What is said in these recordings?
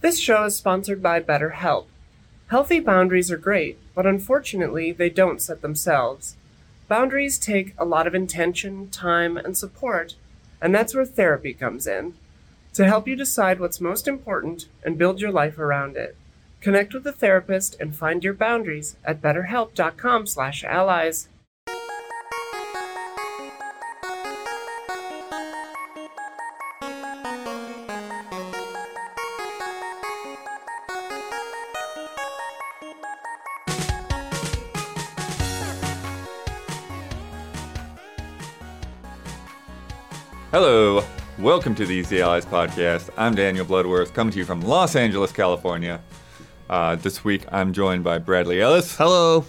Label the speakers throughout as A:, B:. A: This show is sponsored by BetterHelp. Healthy boundaries are great, but unfortunately, they don't set themselves. Boundaries take a lot of intention, time, and support, and that's where therapy comes in to help you decide what's most important and build your life around it. Connect with a therapist and find your boundaries at betterhelp.com/allies.
B: Hello, welcome to the Easy Allies podcast. I'm Daniel Bloodworth, coming to you from Los Angeles, California. Uh, this week, I'm joined by Bradley Ellis. Hello,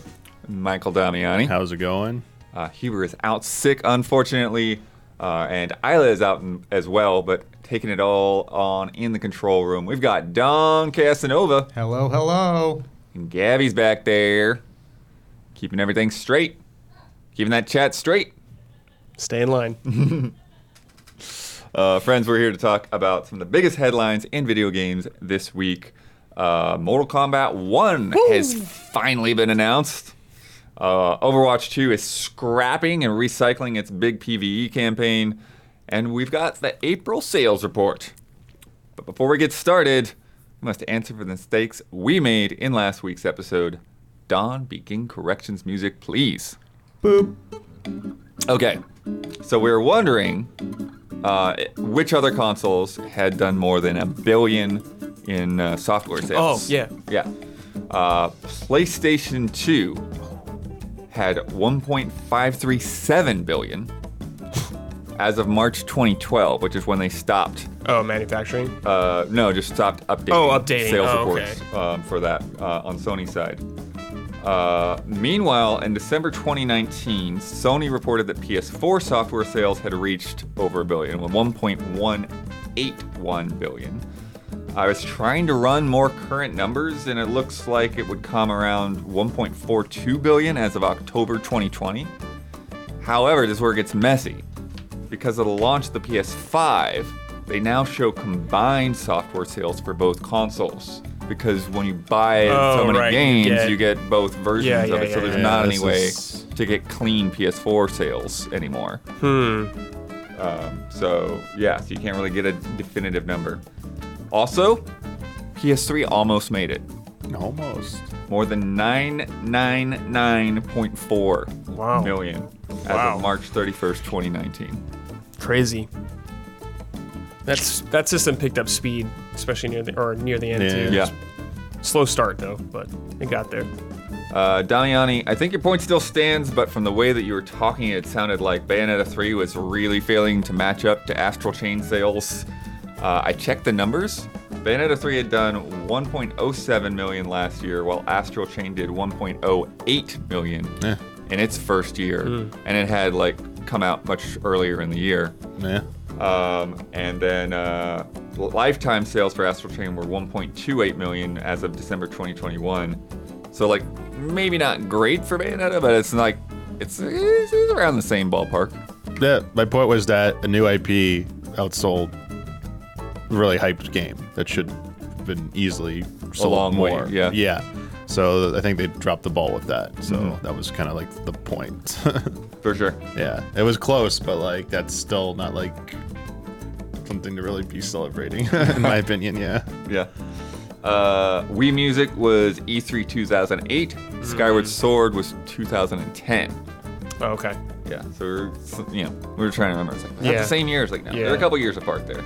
B: Michael Damiani.
C: How's it going?
B: Uh, Huber is out sick, unfortunately, uh, and Isla is out in, as well. But taking it all on in the control room, we've got Don Casanova
D: Hello, hello.
B: and Gabby's back there, keeping everything straight, keeping that chat straight.
E: Stay in line.
B: Uh, friends, we're here to talk about some of the biggest headlines in video games this week. Uh, Mortal Kombat 1 has finally been announced. Uh, Overwatch 2 is scrapping and recycling its big PvE campaign. And we've got the April sales report. But before we get started, we must answer for the mistakes we made in last week's episode. Don, begin corrections music, please. Boop. Okay, so we were wondering uh, which other consoles had done more than a billion in uh, software sales?
E: Oh, yeah.
B: Yeah. Uh, PlayStation 2 had 1.537 billion as of March 2012, which is when they stopped.
E: Oh, manufacturing.
B: Uh, no, just stopped updating.
E: Oh, updating.
B: Sales
E: Oh,
B: reports um, for that uh, on Sony's side. Uh, meanwhile, in December 2019, Sony reported that PS4 software sales had reached over a billion, with 1.181 billion. I was trying to run more current numbers, and it looks like it would come around 1.42 billion as of October 2020. However, this is where it gets messy. Because of the launch of the PS5, they now show combined software sales for both consoles. Because when you buy so
E: Oh,
B: many
E: right, you
B: games,
E: get-
B: you get both versions
E: Yeah,
B: of
E: yeah,
B: it, so
E: yeah,
B: there's
E: yeah,
B: not any
C: this
B: way
C: is-
B: to get clean PS4 sales anymore. Um,
E: Hmm.
B: So, yeah, so you can't really get a definitive number. Also, PS3 almost made it.
C: Almost.
B: More than 999.4 million
E: Wow.
B: as
E: Wow.
B: of March 31st, 2019.
E: Crazy. That's that system picked up speed, especially near the or near the end
C: Yeah.
E: too.
B: Yeah.
E: Slow start though, but it got there.
B: Uh, Damiani, I think your point still stands, but from the way that you were talking, it sounded like Bayonetta 3 was really failing to match up to Astral Chain sales. Uh, I checked the numbers. Bayonetta 3 had done 1.07 million last year, while Astral Chain did 1.08 million
C: Yeah.
B: in its first year, and it had like come out much earlier in the year.
C: Yeah.
B: Um, and then uh, lifetime sales for Astral Chain were 1.28 million as of December 2021. So like maybe not great for Bayonetta, but it's like it's, it's, it's around the same ballpark.
C: Yeah. My point was that a new IP outsold a really hyped game that should have been easily sold
B: long way,
C: more.
B: yeah.
C: Yeah. So I think they dropped the ball with that. So that was kind of like the point.
B: For sure.
C: yeah. It was close, but like that's still not like something to really be celebrating, in my opinion. Yeah.
B: Yeah. Uh, Wii Music was E E3 2008. Skyward Sword was 2010.
E: Oh, okay.
B: Yeah. So we're, so- you know, we were trying to remember. It's like, yeah.
E: Yeah.
B: the same years. Like, no, they're a
E: Yeah.
B: couple years apart there.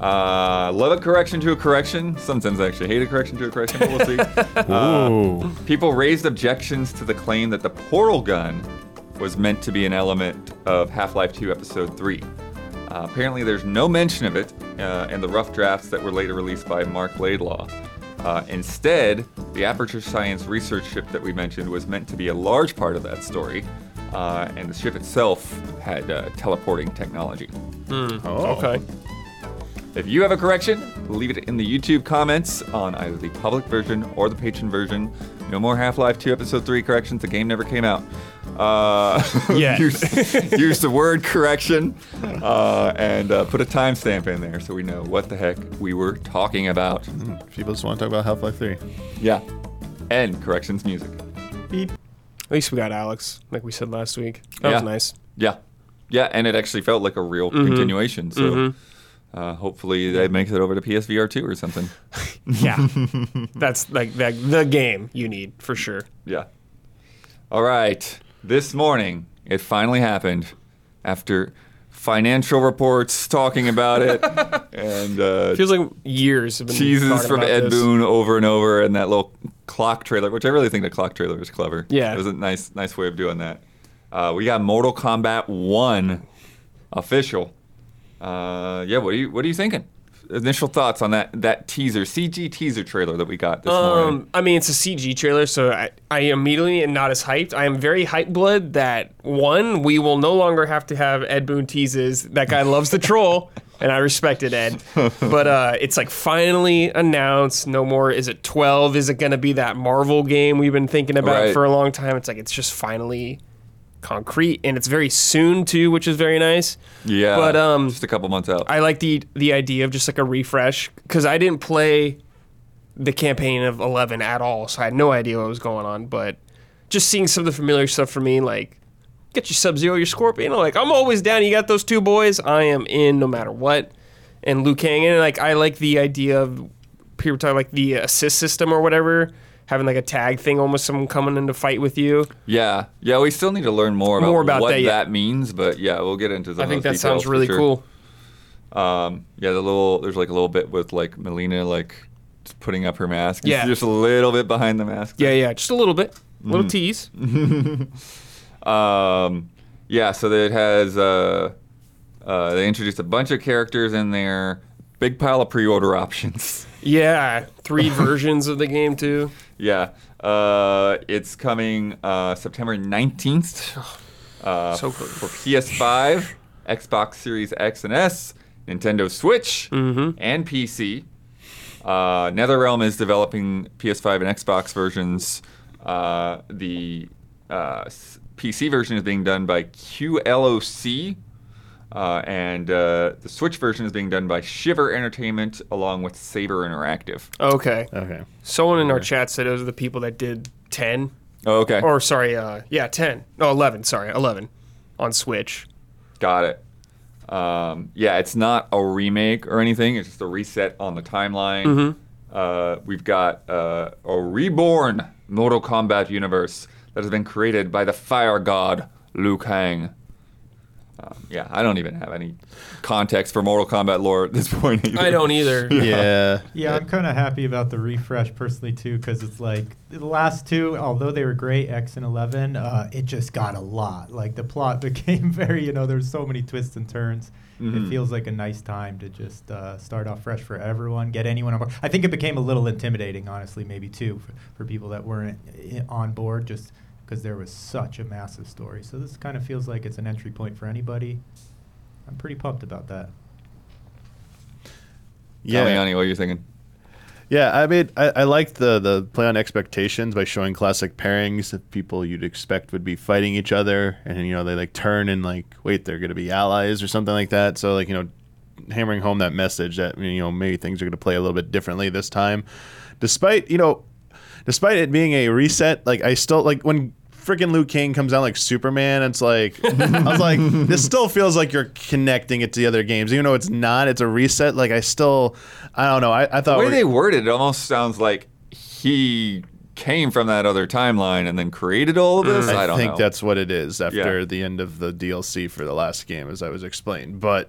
B: Uh, love a correction to a correction. Sometimes I actually hate a correction to a correction, but we'll see.
C: Ooh.
B: People raised objections to the claim that the portal gun was meant to be an element of Half Life 2 Episode 3. Uh, apparently, there's no mention of it uh, in the rough drafts that were later released by Mark Laidlaw. Uh, instead, the Aperture Science research ship that we mentioned was meant to be a large part of that story, uh, and the ship itself had uh, teleporting technology.
C: Oh.
E: Okay.
B: If you have a correction, leave it in the YouTube comments on either the public version or the patron version. No more Half Life 2 Episode 3 corrections, the game never came out. Uh,
E: Yet.
B: use, use the word correction uh, and uh, put a timestamp in there so we know what the heck we were talking about.
C: If you just want to talk about Half Life 3.
B: Yeah. And corrections music.
E: At least we got Alex, like we said last week. That was
B: Yeah.
E: nice.
B: Yeah. Yeah, and it actually felt like a real continuation. So uh, hopefully they make it over to PSVR 2 or something.
E: Yeah, that's like that, the game you need for sure.
B: Yeah. All right. This morning, it finally happened after financial reports talking about it and uh,
E: Feels like years have been
B: cheeses
E: talking
B: from
E: about
B: Ed
E: this.
B: Boon over and over and that little clock trailer, which I really think the clock trailer was clever.
E: Yeah.
B: It was a nice, nice way of doing that. Uh, we got Mortal Kombat 1 official. Uh, yeah, what are you what are you thinking? Initial thoughts on that that teaser CG teaser trailer that we got this morning.
E: Um, I mean, it's a CG trailer, so I, I immediately am not as hyped. I am very hype blood that one, we will no longer have to have Ed Boon teases. That guy loves the troll, and I respected Ed. But uh, it's like finally announced. No more. Is it 12? Is it going to be that Marvel game we've been thinking about
B: Right.
E: for a long time? It's like it's just finally concrete, and it's very soon, too, which is very nice.
B: Yeah,
E: but, um,
B: just a couple months out.
E: I like the the idea of just like a refresh because I didn't play the campaign of Eleven at all, so I had no idea what was going on. But just seeing some of the familiar stuff for me, like get your Sub Zero, your Scorpion, I'm like I'm always down. You got those two boys, I am in no matter what. And Liu Kang, and like I like the idea of people were talking like the assist system or whatever, having like a tag thing, almost someone coming in to fight with you.
B: Yeah, yeah. We still need to learn more about,
E: More about
B: what
E: that,
B: that,
E: yeah.
B: means, but yeah, we'll get into. Some
E: I
B: of
E: think
B: those
E: that
B: details
E: sounds
B: for
E: really
B: sure.
E: cool.
B: Um, yeah, the little there's like a little bit with like Melina like just putting up her mask.
E: Yeah.
B: She's just a little bit behind the mask.
E: Yeah, yeah, just a little bit,
B: Mm-hmm.
E: little tease.
B: Um, yeah. So that it has uh, uh, they introduced a bunch of characters in there. Big pile of pre-order options.
E: Yeah, three versions of the game too.
B: yeah. Uh, it's coming uh, September 19th. uh,
E: So
B: so
E: close.
B: for PS5, Xbox Series X and S, Nintendo Switch, and PC. Uh, NetherRealm is developing PS5 and Xbox versions. Uh, the uh, s- PC version is being done by QLOC, uh, and uh, the Switch version is being done by Shiver Entertainment along with Saber Interactive.
E: Okay.
C: Okay.
E: Someone in our chat said those are the people that did 10
B: Oh, okay,
E: or sorry, uh yeah, 10. No, 11, sorry, 11 on Switch.
B: got it. Um, yeah, it's not a remake or anything. It's just a reset on the timeline.
C: Mm-hmm.
B: Uh, we've got uh, a reborn Mortal Kombat universe that has been created by the fire god Liu Kang. Um, yeah, I don't even have any context for Mortal Kombat lore at this point. Either.
E: I don't either.
C: Yeah.
D: Yeah, I'm kind of happy about the refresh personally too, because it's like the last two, although they were great, X and Eleven, uh, it just got a lot. Like the plot became very, you know, there's so many twists and turns. It feels like a nice time to just uh, start off fresh for everyone, get anyone on board. I think it became a little intimidating, honestly, maybe too, for, for people that weren't i- on board, just because there was such a massive story. So this kind of feels like it's an entry point for anybody. I'm pretty pumped about that.
B: Tell me,
C: Yeah.
B: Ani, what you're thinking.
C: Yeah, I mean, I, I like the, the play on expectations by showing classic pairings of people you'd expect would be fighting each other, and you know they like turn and like wait they're going to be allies or something like that. So like you know, hammering home that message that you know maybe things are going to play a little bit differently this time, despite you know, despite it being a reset. Like I still like when freaking Luke King comes out like Superman. It's like I was like this still feels like you're connecting it to the other games, even though it's not. It's a reset. Like I still, I don't know. I, I
B: The
C: thought
B: way
C: we-
B: they worded it almost sounds like he came from that other timeline and then created all of this. I don't
C: Mm. think
B: know.
C: that's what it is after
B: Yeah.
C: the end of the DLC for the last game, as I was explained. But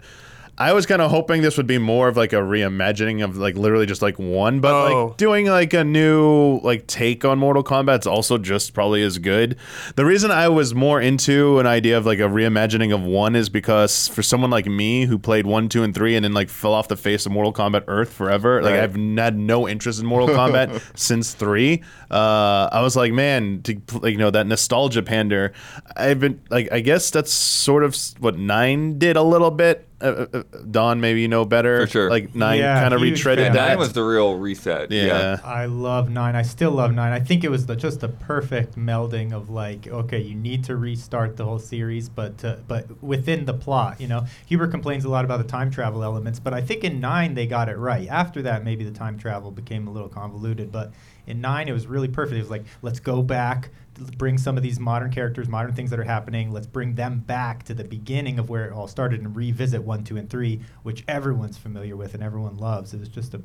C: I was kind of hoping this would be more of like a reimagining of like literally just like one, but
E: Oh.
C: like doing like a new like take on Mortal Kombat's also just probably as good. The reason I was more into an idea of like a reimagining of one is because for someone like me who played one, two, and three, and then like fell off the face of Mortal Kombat Earth forever, like
B: Right.
C: I've n- had no interest in Mortal Kombat since three. Uh, I was like, man, to, pl- like, you know that nostalgia pander. I've been like, I guess that's sort of s- what nine did a little bit. uh, uh, uh, Don, maybe you know better.
B: For sure.
C: Like nine
D: Yeah,
C: kind of
D: huge
C: retreaded
D: fan.
B: Nine
C: that.
B: was the real reset.
C: yeah.
D: I love nine. I still love nine. I think it was the, just the perfect melding of like, okay, you need to restart the whole series, but to, but within the plot, you know. Huber complains a lot about the time travel elements, but I think in nine they got it right. After that, maybe the time travel became a little convoluted, but in nine it was really perfect. It was like, let's go back, bring some of these modern characters, modern things that are happening. Let's bring them back to the beginning of where it all started and revisit one, two, and three, which everyone's familiar with and everyone loves. It was just a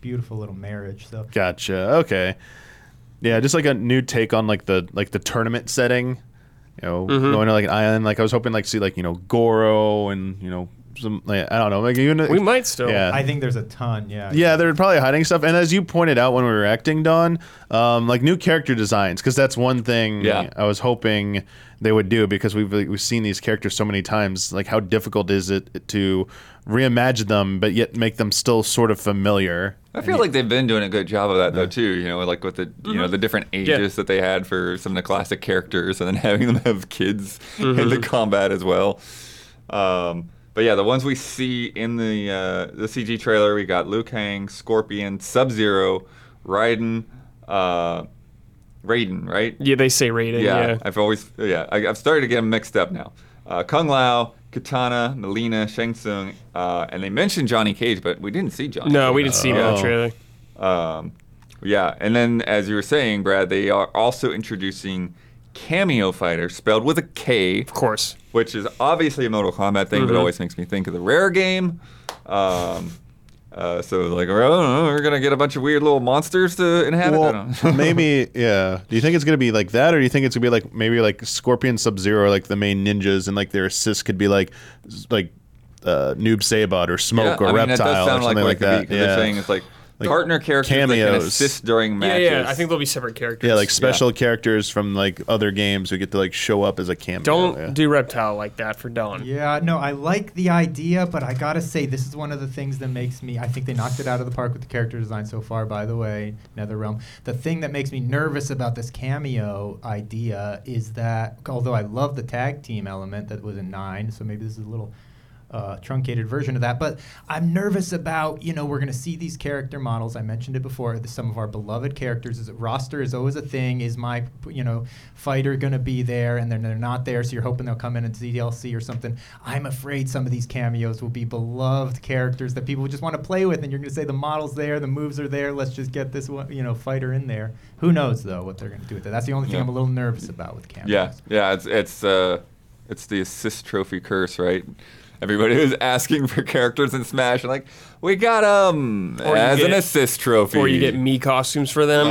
D: beautiful little marriage. So
C: Gotcha. Okay. Yeah, just like a new take on like the like the tournament setting. You know,
E: Mm-hmm.
C: going to like an island. Like I was hoping like see like you know Goro and you know some like, I don't know like even
E: We might still.
C: yeah
D: I think there's a ton. Yeah.
C: Yeah, they're probably hiding stuff. And as you pointed out when we were acting, Don, um, like new character designs, because that's one thing
B: Yeah.
C: I was hoping they would do. Because we've we've seen these characters so many times. Like, how difficult is it to reimagine them, but yet make them still sort of familiar?
B: I feel like they've been doing a good job of that though too. You know, like with the you
E: Mm-hmm.
B: know the different ages that they had for some of the classic characters, and then having them have kids in
E: Mm-hmm.
B: the combat as well. Um, but yeah, the ones we see in the uh, the CG trailer, we got Liu Kang, Scorpion, Sub Zero, Raiden, uh, Raiden, right?
E: Yeah, they say rating.
B: Yeah,
E: Yeah.
B: I've always yeah I, I've started to get them mixed up now. Uh, Kung Lao, Katana, Melina, Shang Tsung, uh, and they mentioned Johnny Cage, but we didn't see Johnny.
E: No,
B: Cage.
E: we didn't see him in
C: Oh.
E: the trailer.
B: Um, yeah, and then as you were saying, Brad, they are also introducing Cameo Fighter, spelled with a K,
E: Of course.
B: which is obviously a Mortal Kombat thing,
E: Mm-hmm.
B: but always makes me think of the Rare game. Um, uh, so like, oh, we're gonna get a bunch of weird little monsters to inhabit. I
C: Well,
B: don't know.
C: maybe yeah. Do you think it's gonna be like that, or do you think it's gonna be like maybe like Scorpion, Sub Zero, like the main ninjas, and like their assists could be like s- like uh, Noob Saibot or Smoke
B: I
C: or
B: mean, that
C: Reptile
B: does
C: or
B: sound
C: something
B: like,
C: like,
B: what it could be, 'cause
C: that.
B: they're
C: yeah.
B: saying it's like,
C: Like
B: partner characters that can
C: cameos.
B: assist during
E: Yeah,
B: matches.
E: yeah. I think they'll be separate characters.
C: Yeah, like special characters from like other games who get to like show up as a cameo.
E: Don't
C: yeah.
E: do reptile like that for Don.
D: Yeah, no, I like the idea, but I gotta say, this is one of the things that makes me. I think they knocked it out of the park with the character design so far. By the way, NetherRealm. The thing that makes me nervous about this cameo idea is that, although I love the tag team element that was in nine, so maybe this is a little uh, truncated version of that. But I'm nervous about, you know, we're going to see these character models. I mentioned it before. the- Some of our beloved characters. Is, roster is always a thing. Is my, you know, fighter going to be there? And then they're not there. So you're hoping they'll come in and DLC or something. I'm afraid some of these cameos will be beloved characters that people just want to play with. And you're going to say the model's there, the moves are there. Let's just get this one, you know, fighter in there. Who knows, though, what they're going to do with it. That's the only thing
B: Yeah.
D: I'm a little nervous about with cameos.
B: Yeah, yeah, it's it's uh, it's the assist trophy curse, right? Everybody was asking for characters in Smash, and like, we got um
E: Or you
B: as an
E: get-
B: assist trophy.
E: Or you get me costumes for them.
C: Oh,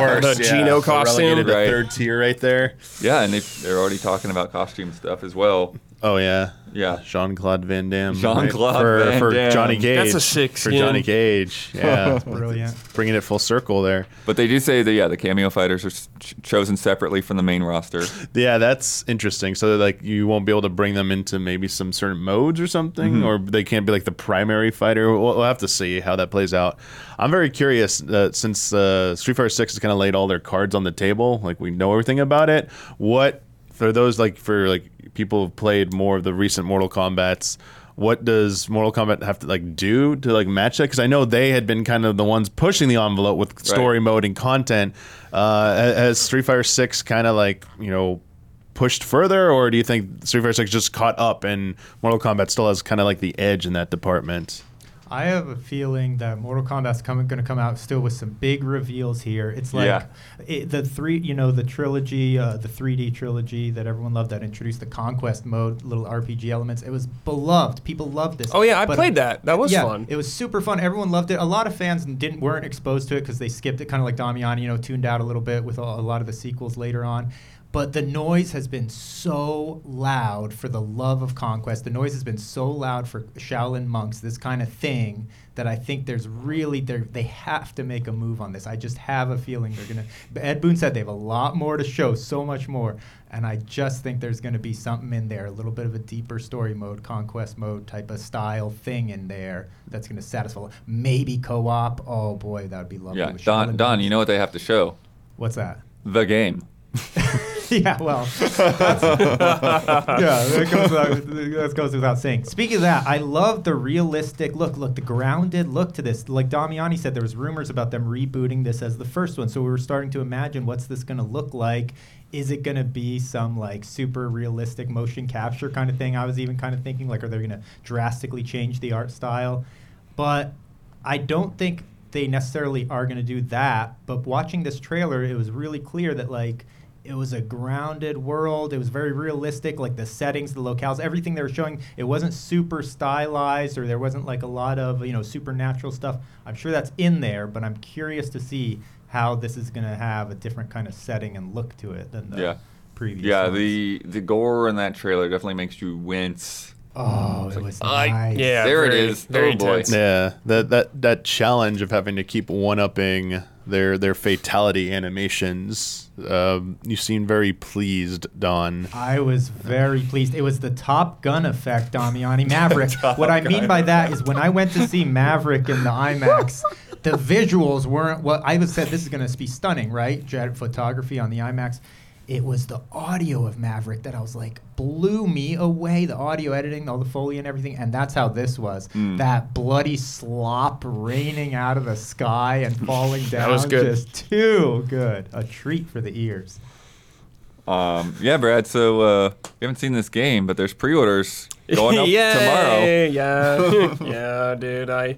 C: Worse,
E: the
C: yeah.
E: Geno
C: They're
E: costume.
C: relegated to
B: Right.
C: third tier right there.
B: Yeah, and they, they're already talking about costume stuff as well.
C: Oh yeah,
B: Yeah.
C: Jean Claude Van Damme.
B: Jean-Claude
C: for,
B: Van
C: for
B: Damme.
C: Johnny Cage.
E: That's a six,
C: for
E: yeah.
C: Johnny Cage. Yeah,
D: Brilliant.
C: bringing it full circle there.
B: But they do say that yeah, the cameo fighters are s- ch- chosen separately from the main roster.
C: Yeah, that's interesting. So like you won't be able to bring them into maybe some certain modes or something, or they can't be like the primary fighter. We'll, we'll have to see how that plays out. I'm very curious uh, since uh, Street Fighter Six has kind of laid all their cards on the table. Like we know everything about it. What for those like for like people who've played more of the recent Mortal Kombat's. What does Mortal Kombat have to like do to like match that? Because I know they had been kind of the ones pushing the envelope with story mode and content. Uh, has- has Street Fighter Six kind of like you know pushed further, or do you think Street Fighter Six just caught up and Mortal Kombat still has kind of like the edge in that department?
D: I have a feeling that Mortal Kombat's coming, going to come out still with some big reveals here. It's like
B: Yeah.
D: it, the three, you know, the trilogy, uh, the 3D trilogy that everyone loved that introduced the conquest mode, little RPG elements. It was beloved. People loved this.
E: Oh yeah, I
D: But-
E: played that. That was
D: yeah,
E: fun.
D: It was super fun. Everyone loved it. A lot of fans didn't weren't exposed to it because they skipped it, kind of like Damiani, you know, tuned out a little bit with a, a lot of the sequels later on. But the noise has been so loud for the love of conquest. The noise has been so loud for Shaolin monks, this kind of thing, that I think there's really there they have to make a move on this. I just have a feeling they're gonna. Ed Boon said they have a lot more to show, so much more, and I just think there's gonna be something in there, a little bit of a deeper story mode, conquest mode type of style thing in there that's gonna satisfy. Maybe co-op. Oh boy, that would be lovely.
B: Yeah,
D: with
B: Don,
D: Shaolin
B: Don,
D: monks.
B: you know what they have to show?
D: what's that?
B: The game.
D: yeah, well, that's- yeah, that goes, without, that goes without saying. Speaking of that, I love the realistic look, look the grounded look to this. Like Damiani said, there was rumors about them rebooting this as the first one, so we were starting to imagine what's this going to look like. Is it going to be some like super realistic motion capture kind of thing? I was even kind of thinking like, are they going to drastically change the art style? But I don't think they necessarily are going to do that. But watching this trailer, it was really clear that like it was a grounded world. It was very realistic, like the settings, the locales, everything they were showing. It wasn't super stylized, or there wasn't like a lot of you know supernatural stuff. I'm sure that's in there, but I'm curious to see how this is going to have a different kind of setting and look to it than the
B: Yeah.
D: previous.
B: Yeah,
D: ones.
B: the the gore in that trailer definitely makes you wince.
D: oh, it was
E: I-
D: nice.
E: yeah,
B: There it
E: very-
B: is.
E: Very
B: Oh, boy.
E: intense.
C: Yeah, that that that challenge of having to keep one upping their their fatality animations. Um, you seem very pleased, Don.
D: I was very pleased. It was the Top Gun effect, Damiani Maverick. what I mean by that is when I went to see Maverick in the IMAX, the visuals weren't what I was said. This is going to be stunning, right? Jet photography on the IMAX. It was the audio of Maverick that I was like blew me away. The audio editing, all the foley and everything, and that's how this was.
E: Hmm.
D: That bloody slop raining out of the sky and falling down.
E: was good.
D: Just too good. A treat for the ears.
B: Um, yeah, Brad. So uh, we haven't seen this game, but there's pre-orders going up
E: yeah,
B: tomorrow.
E: Yeah, yeah, dude. I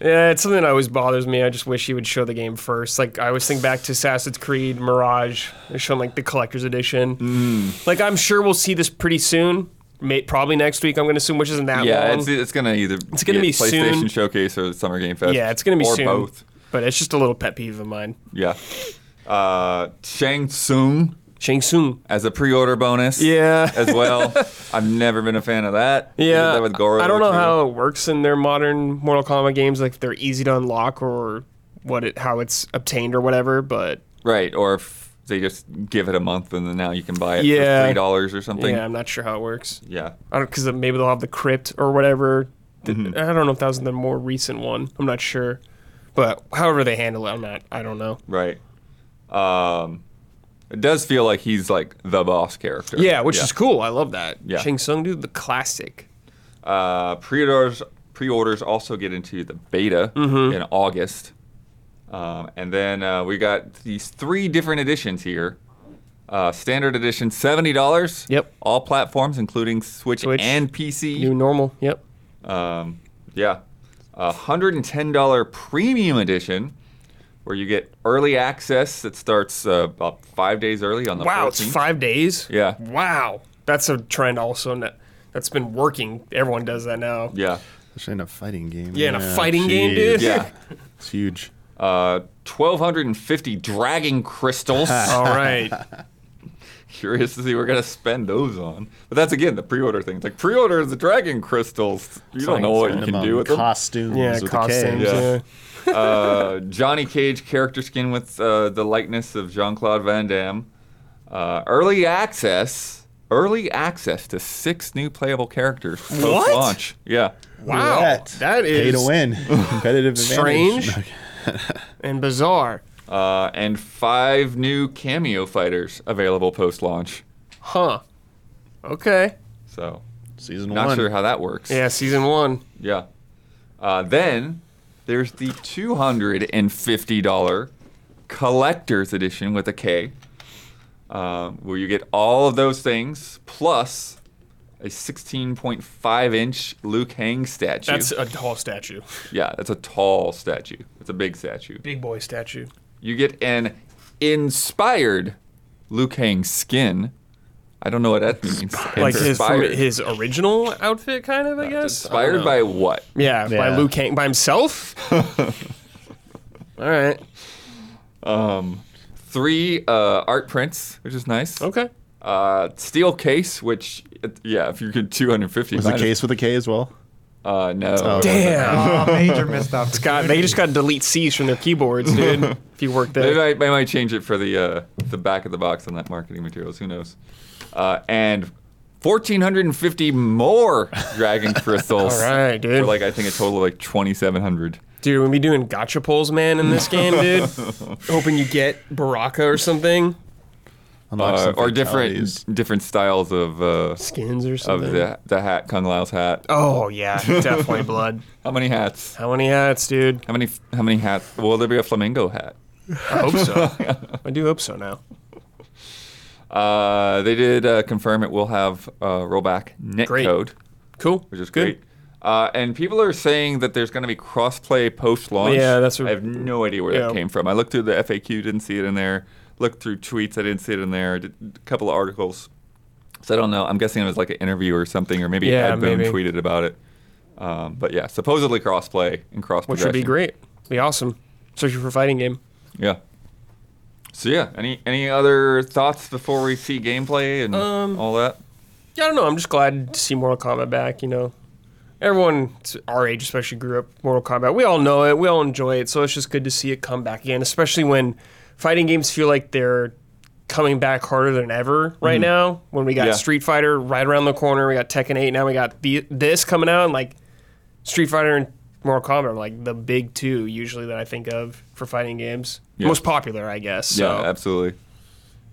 E: yeah, it's something that always bothers me. I just wish he would show the game first. Like I always think back to Assassin's Creed Mirage. They're showing like the collector's edition.
B: Mm.
E: Like I'm sure we'll see this pretty soon. May, probably next week. I'm going to assume, which isn't that
B: Yeah,
E: long.
B: it's, it's gonna either
E: It's gonna
B: get
E: be
B: PlayStation
E: soon.
B: Showcase or the Summer Game Fest.
E: yeah, it's going to be
B: or
E: soon.
B: both.
E: But it's just a little pet peeve of mine.
B: Yeah. Uh, Shang Tsung
E: Shang Tsung.
B: as a pre-order bonus.
E: Yeah.
B: As well. I've never been a fan of that. They did
E: Yeah,
B: that with Goro
E: I don't know
B: too.
E: how it works in their modern Mortal Kombat games. Like if they're easy to unlock or what it how it's obtained or whatever. But
B: Right, or if they just give it a month and then now you can buy it
E: Yeah.
B: for three dollars or something.
E: yeah, I'm not sure how it works.
B: Yeah.
E: I don't because maybe they'll have the crypt or whatever. The- I don't know if that was the more recent one. I'm not sure, but however they handle it, I'm not. I don't know.
B: Right. Um, it does feel like he's like the boss character.
E: Yeah, which is cool. I love that.
B: Yeah.
E: Shang Tsung, dude, the classic.
B: Uh, pre-orders pre-orders also get into the beta
E: Mm-hmm.
B: in August, um, and then uh, we got these three different editions here. Uh, standard edition, seventy dollars.
E: Yep.
B: All platforms, including Switch,
E: Switch.
B: and PC.
E: New normal. Yep.
B: Um, yeah. A $110 premium edition where you get early access that starts uh, about five days early on the
E: Wow,
B: 14th.
E: it's five days.
B: Yeah.
E: Wow, that's a trend also. That that's been working. Everyone does that now.
B: Yeah.
C: Especially in a fighting game.
E: Yeah, in a fighting game, dude.
B: Yeah.
C: It's huge.
B: Uh, 1,250 dragon crystals.
E: All right.
B: Curious to see what we're going to spend those on. But that's, again, the pre-order thing. It's like, pre-order the dragon crystals. You don't
E: like
B: know what you
C: Minimum
B: can do with them.
C: costumes.
E: Yeah,
C: with a K.
E: costumes.
B: Yeah.
E: Yeah.
B: Uh, Johnny Cage character skin with uh, the likeness of Jean-Claude Van Damme. Uh, early access, early access to six new playable characters post-launch. Yeah,
E: Wow,
C: That,
E: that
C: pay to
E: is
C: win. Competitive advantage.
E: strange and bizarre,
B: uh, and five new cameo fighters available post-launch.
E: huh? Okay.
B: So,
C: Season
B: not
C: one.
B: sure how that works.
E: Yeah, season one.
B: Yeah. Uh, then there's the $250 collector's edition with a K, um, where you get all of those things plus a 16.5 inch Luke Hang statue.
E: That's a tall statue,
B: yeah, that's a tall statue. It's a big statue.
E: big boy statue.
B: You get an inspired Luke Hang skin. I don't know what that means.
E: like his from
B: Inspired.
E: his original outfit, kind of. I guess I
B: inspired
E: don't know.
B: by what?
E: yeah, by
C: Yeah.
E: Liu Kang by himself. All right.
B: Three uh, art prints, which is nice.
E: Okay.
B: Uh, steel case, which it- yeah, if you get 250.
C: Was the
B: minus-
C: case with a K as well?
B: Uh, no.
E: Damn.
D: Oh, major missed opportunity.
E: God, they just got to delete C's from their keyboards, dude. if you work
B: Maybe
E: there.
B: I, I might change it for the uh, the back of the box on that marketing materials. Who knows? Uh, and 1,450 more dragon crystals.
E: All right, dude.
B: For like I think a total of like 2,700.
E: dude, we be doing gotcha polls, man, in this game, dude. Hoping you get Baraka or something.
C: Unlock
B: uh,
C: some
B: or different
C: fatalities.
B: different styles of uh,
E: skins or
B: of
E: something.
B: the the hat, Kung Lao's hat.
E: Oh yeah, definitely blood.
B: How many hats?
E: How many hats, dude?
B: How many how many hats? Will there be a flamingo hat?
E: I hope so. I do hope so now.
B: Uh, they did uh, confirm it will have uh, rollback netcode,
E: Great. Cool.
B: which is
E: Good.
B: great. Uh, and people are saying that there's going to be crossplay post launch.
E: Yeah, that's what-
B: I have no idea where
E: yeah.
B: that came from. I looked through the FAQ, didn't see it in there. Looked through tweets, I didn't see it in there. Did a couple of articles. So I don't know. I'm guessing it was like an interview or something, or maybe
E: Yeah,
B: Ed Boon
E: maybe.
B: tweeted about it. Um, but yeah, supposedly crossplay and cross
E: Which would be
B: progression.
E: great. Be awesome. Especially for fighting game.
B: Yeah. So yeah, any any other thoughts before we see gameplay and all that?
E: Yeah, I don't know. I'm just glad to see Mortal Kombat back. You know, everyone t- our age, especially, grew up Mortal Kombat. We all know it. We all enjoy it. So it's just good to see it come back again, especially when fighting games feel like they're coming back harder than ever right now. When we got
B: Mm-hmm. Yeah.
E: Street Fighter right around the corner, we got Tekken 8. Now we got the, this coming out, and like Street Fighter and Mortal Kombat are like the big two usually that I think of for fighting games.
B: Yeah.
E: Most popular, I guess. So
B: yeah, absolutely.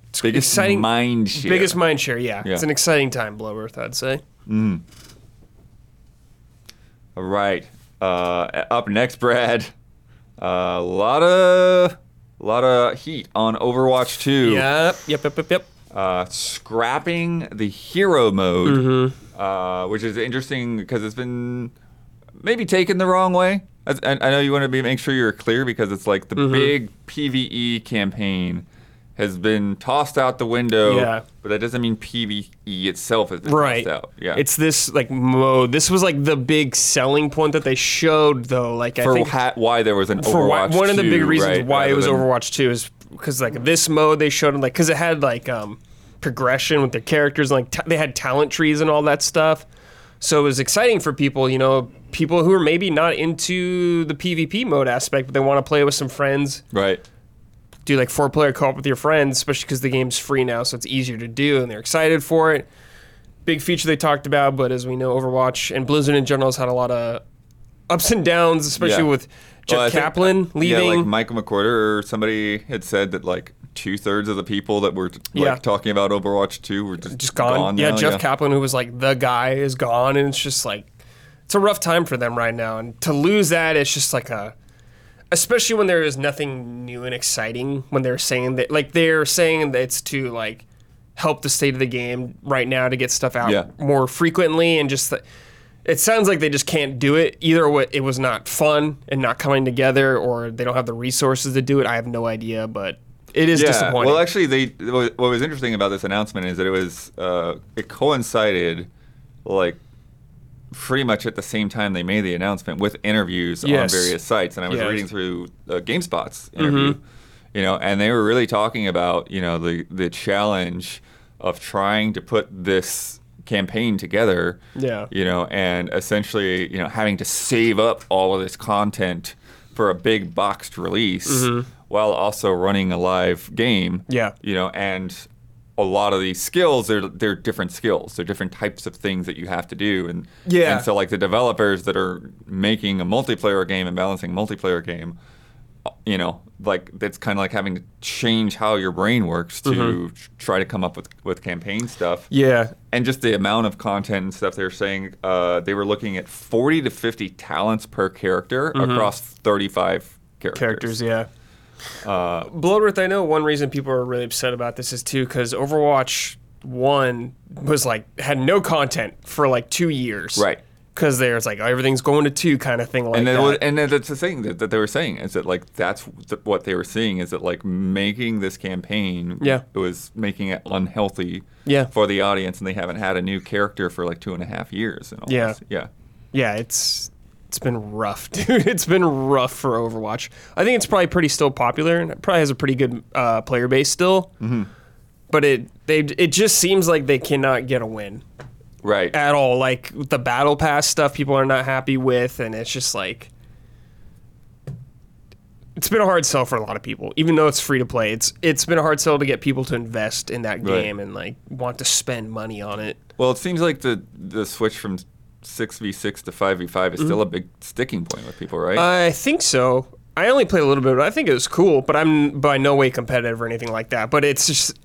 E: it's
B: Biggest
E: exciting.
B: mind share.
E: Biggest mind share, yeah.
B: Yeah.
E: It's an exciting time, Blow Earth, I'd say.
B: All right. Uh, up next, Brad. A lot of lot of heat on Overwatch 2.
E: Yep, yep, yep, yep, yep.
B: Uh, scrapping the hero mode,
E: Mm-hmm.
B: uh, which is interesting because it's been maybe taken the wrong way. I, I I know you want to be make sure you're clear because it's like the
E: Mm-hmm.
B: big PVE campaign has been tossed out the window.
E: Yeah.
B: But that doesn't mean PVE itself has been
E: Right.
B: tossed out. Yeah.
E: It's this like mode. This was like the big selling point that they showed though. Like I
B: for
E: think
B: ha- why there was an
E: for why,
B: Overwatch.
E: one of the
B: 2,
E: big reasons
B: right,
E: why it
B: rather
E: was
B: than-
E: Overwatch 2 is because like this mode they showed like because it had like um progression with their characters and, like ta they had talent trees and all that stuff. So it was exciting for people, you know, people who are maybe not into the PvP mode aspect, but they want to play with some friends
B: Right.
E: do like four player co op with your friends, especially because the game's free now, so it's easier to do, and they're excited for it. Big feature they talked about, but as we know, Overwatch and Blizzard in general has had a lot of ups and downs, especially
B: Yeah.
E: with Jeff
B: Well, I think-
E: Kaplan leaving.
B: Yeah, like Michael McCorder or somebody had said that like two thirds of the people that were like
E: Yeah.
B: talking about Overwatch 2 were just,
E: just gone. yeah,
B: now,
E: Jeff Kaplan, who was like the guy, is gone, and it's just like it's a rough time for them right now. And to lose that, it's just like a, especially when there is nothing new and exciting. When they're saying that, like they're saying that it's to like help the state of the game right now to get stuff out
B: Yeah.
E: more frequently, and just th- it sounds like they just can't do it. Either way, it was not fun and not coming together, or they don't have the resources to do it. I have no idea, but it is
B: Yeah.
E: disappointing.
B: Well, actually, they what was interesting about this announcement is that it was uh, it coincided like pretty much at the same time they made the announcement with interviews
E: Yes.
B: on various sites, and I was
E: Yes. Mm-hmm.
B: reading through uh, GameSpot's interview, you know, and they were really talking about you know the the challenge of trying to put this campaign together,
E: Yeah.
B: you know, and essentially you know having to save up all of this content for a big boxed release while also running a live game,
E: Mm-hmm. Yeah.
B: you know, and a lot of these skills they're they're different skills they're different types of things that you have to do and
E: Yeah.
B: and so like the developers that are making a multiplayer game and balancing a multiplayer game uh, you know like that's kind of like having to change how your brain works to tr- try to come up with with campaign stuff
E: Mm-hmm. yeah,
B: and just the amount of content and stuff they're saying uh, they were looking at 40 to 50 talents per character across 35 characters,
E: Mm-hmm. characters. yeah. Uh, Bloodworth, I know one reason people are really upset about this is too because Overwatch One was like had no content for like two years,
B: Right.
E: Because there's like oh, everything's going to two kind of thing like
B: and
E: that.
B: then what- and then that's the thing that, that they were saying is that like that's th- what they were seeing is that like making this campaign
E: Yeah.
B: was making it unhealthy
E: Yeah.
B: for the audience and they haven't had a new character for like two and a half years and all
E: Yeah.
B: this. yeah
E: yeah, it's it's been rough, dude. It's been rough for Overwatch. I think it's probably pretty still popular and it probably has a pretty good uh, player base still.
B: Mm-hmm.
E: But it they it just seems like they cannot get a win.
B: right
E: at all. Like the battle pass stuff, people are not happy with, and it's just like it's been a hard sell for a lot of people. Even though it's free to play, it's it's been a hard sell to get people to invest in that
B: Right.
E: game and like want to spend money on it.
B: well it seems like the the switch from 6v6 to 5v5 is
E: Mm-hmm.
B: still a big sticking point with people right
E: I think so. I only played a little bit, but I think it was cool. But I'm by no way competitive or anything like that. But it's just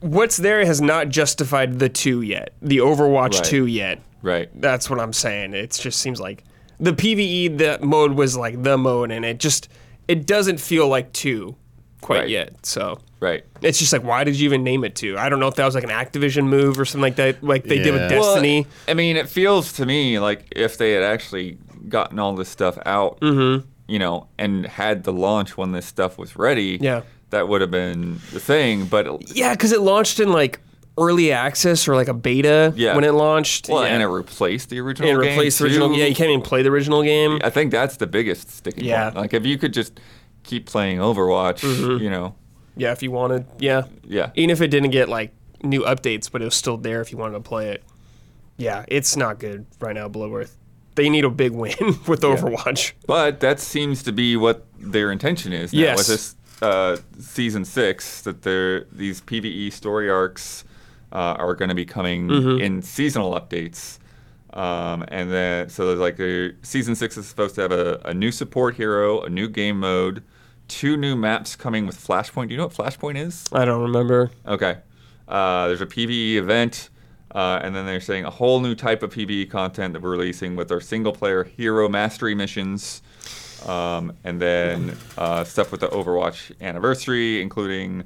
E: what's there has not justified the two yet, the Overwatch
B: Right.
E: two yet.
B: Right.
E: That's what I'm saying. It just seems like the PVE the mode was like the mode, and it just it doesn't feel like two quite
B: Right.
E: yet. So
B: Right.
E: it's just like why did you even name it two? I don't know if that was like an Activision move or something like that, like they did with
C: Yeah.
B: Well,
E: Destiny.
B: I mean, it feels to me like if they had actually gotten all this stuff out,
E: Mm-hmm.
B: you know, and had the launch when this stuff was ready,
E: Yeah.
B: that would have been the thing. But
E: yeah, because it launched in like early access or like a beta
B: Yeah.
E: when it launched.
B: well,
E: yeah.
B: and it replaced the original.
E: And it
B: game,
E: replaced the original.
B: too.
E: Yeah, you can't even play the original game.
B: I think that's the biggest sticking
E: Yeah. Mm-hmm.
B: point. Like if you could just keep playing Overwatch, you know,
E: Yeah, if you wanted. Yeah.
B: Yeah.
E: Even if it didn't get like new updates, but it was still there if you wanted to play it. Yeah, it's not good right now, Bloodworth. They need a big win with Overwatch.
B: But that seems to be what their intention is. Now.
E: Yes.
B: With this uh, season six, that they're, these PVE story arcs uh, are going to be coming in seasonal updates. Um, and then, so there's like a, season six is supposed to have a, a new support hero, a new game mode, two new maps coming with Flashpoint. Do you know what Flashpoint is?
E: I don't remember.
B: Okay. Uh, there's a PVE event, uh, and then they're saying a whole new type of PVE content that we're releasing with our single player hero mastery missions, um, and then uh, stuff with the Overwatch anniversary, including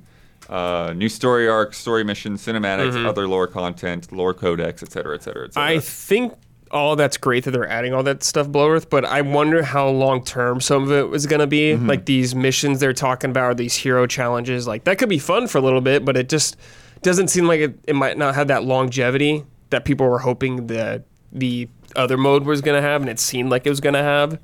B: uh, new story arcs, story missions, cinematics, other lore content, lore codex, et cetera, et cetera, et cetera.
E: Mm-hmm. I think all that's great that they're adding all that stuff, Bloodworth, but I wonder how long term some of it was going to be. Like these missions they're talking about, or these hero challenges, like that could be fun for a little bit, but it just doesn't seem like it, it might not have that longevity that people were hoping the the other mode was going to have, and it seemed like it was going to have.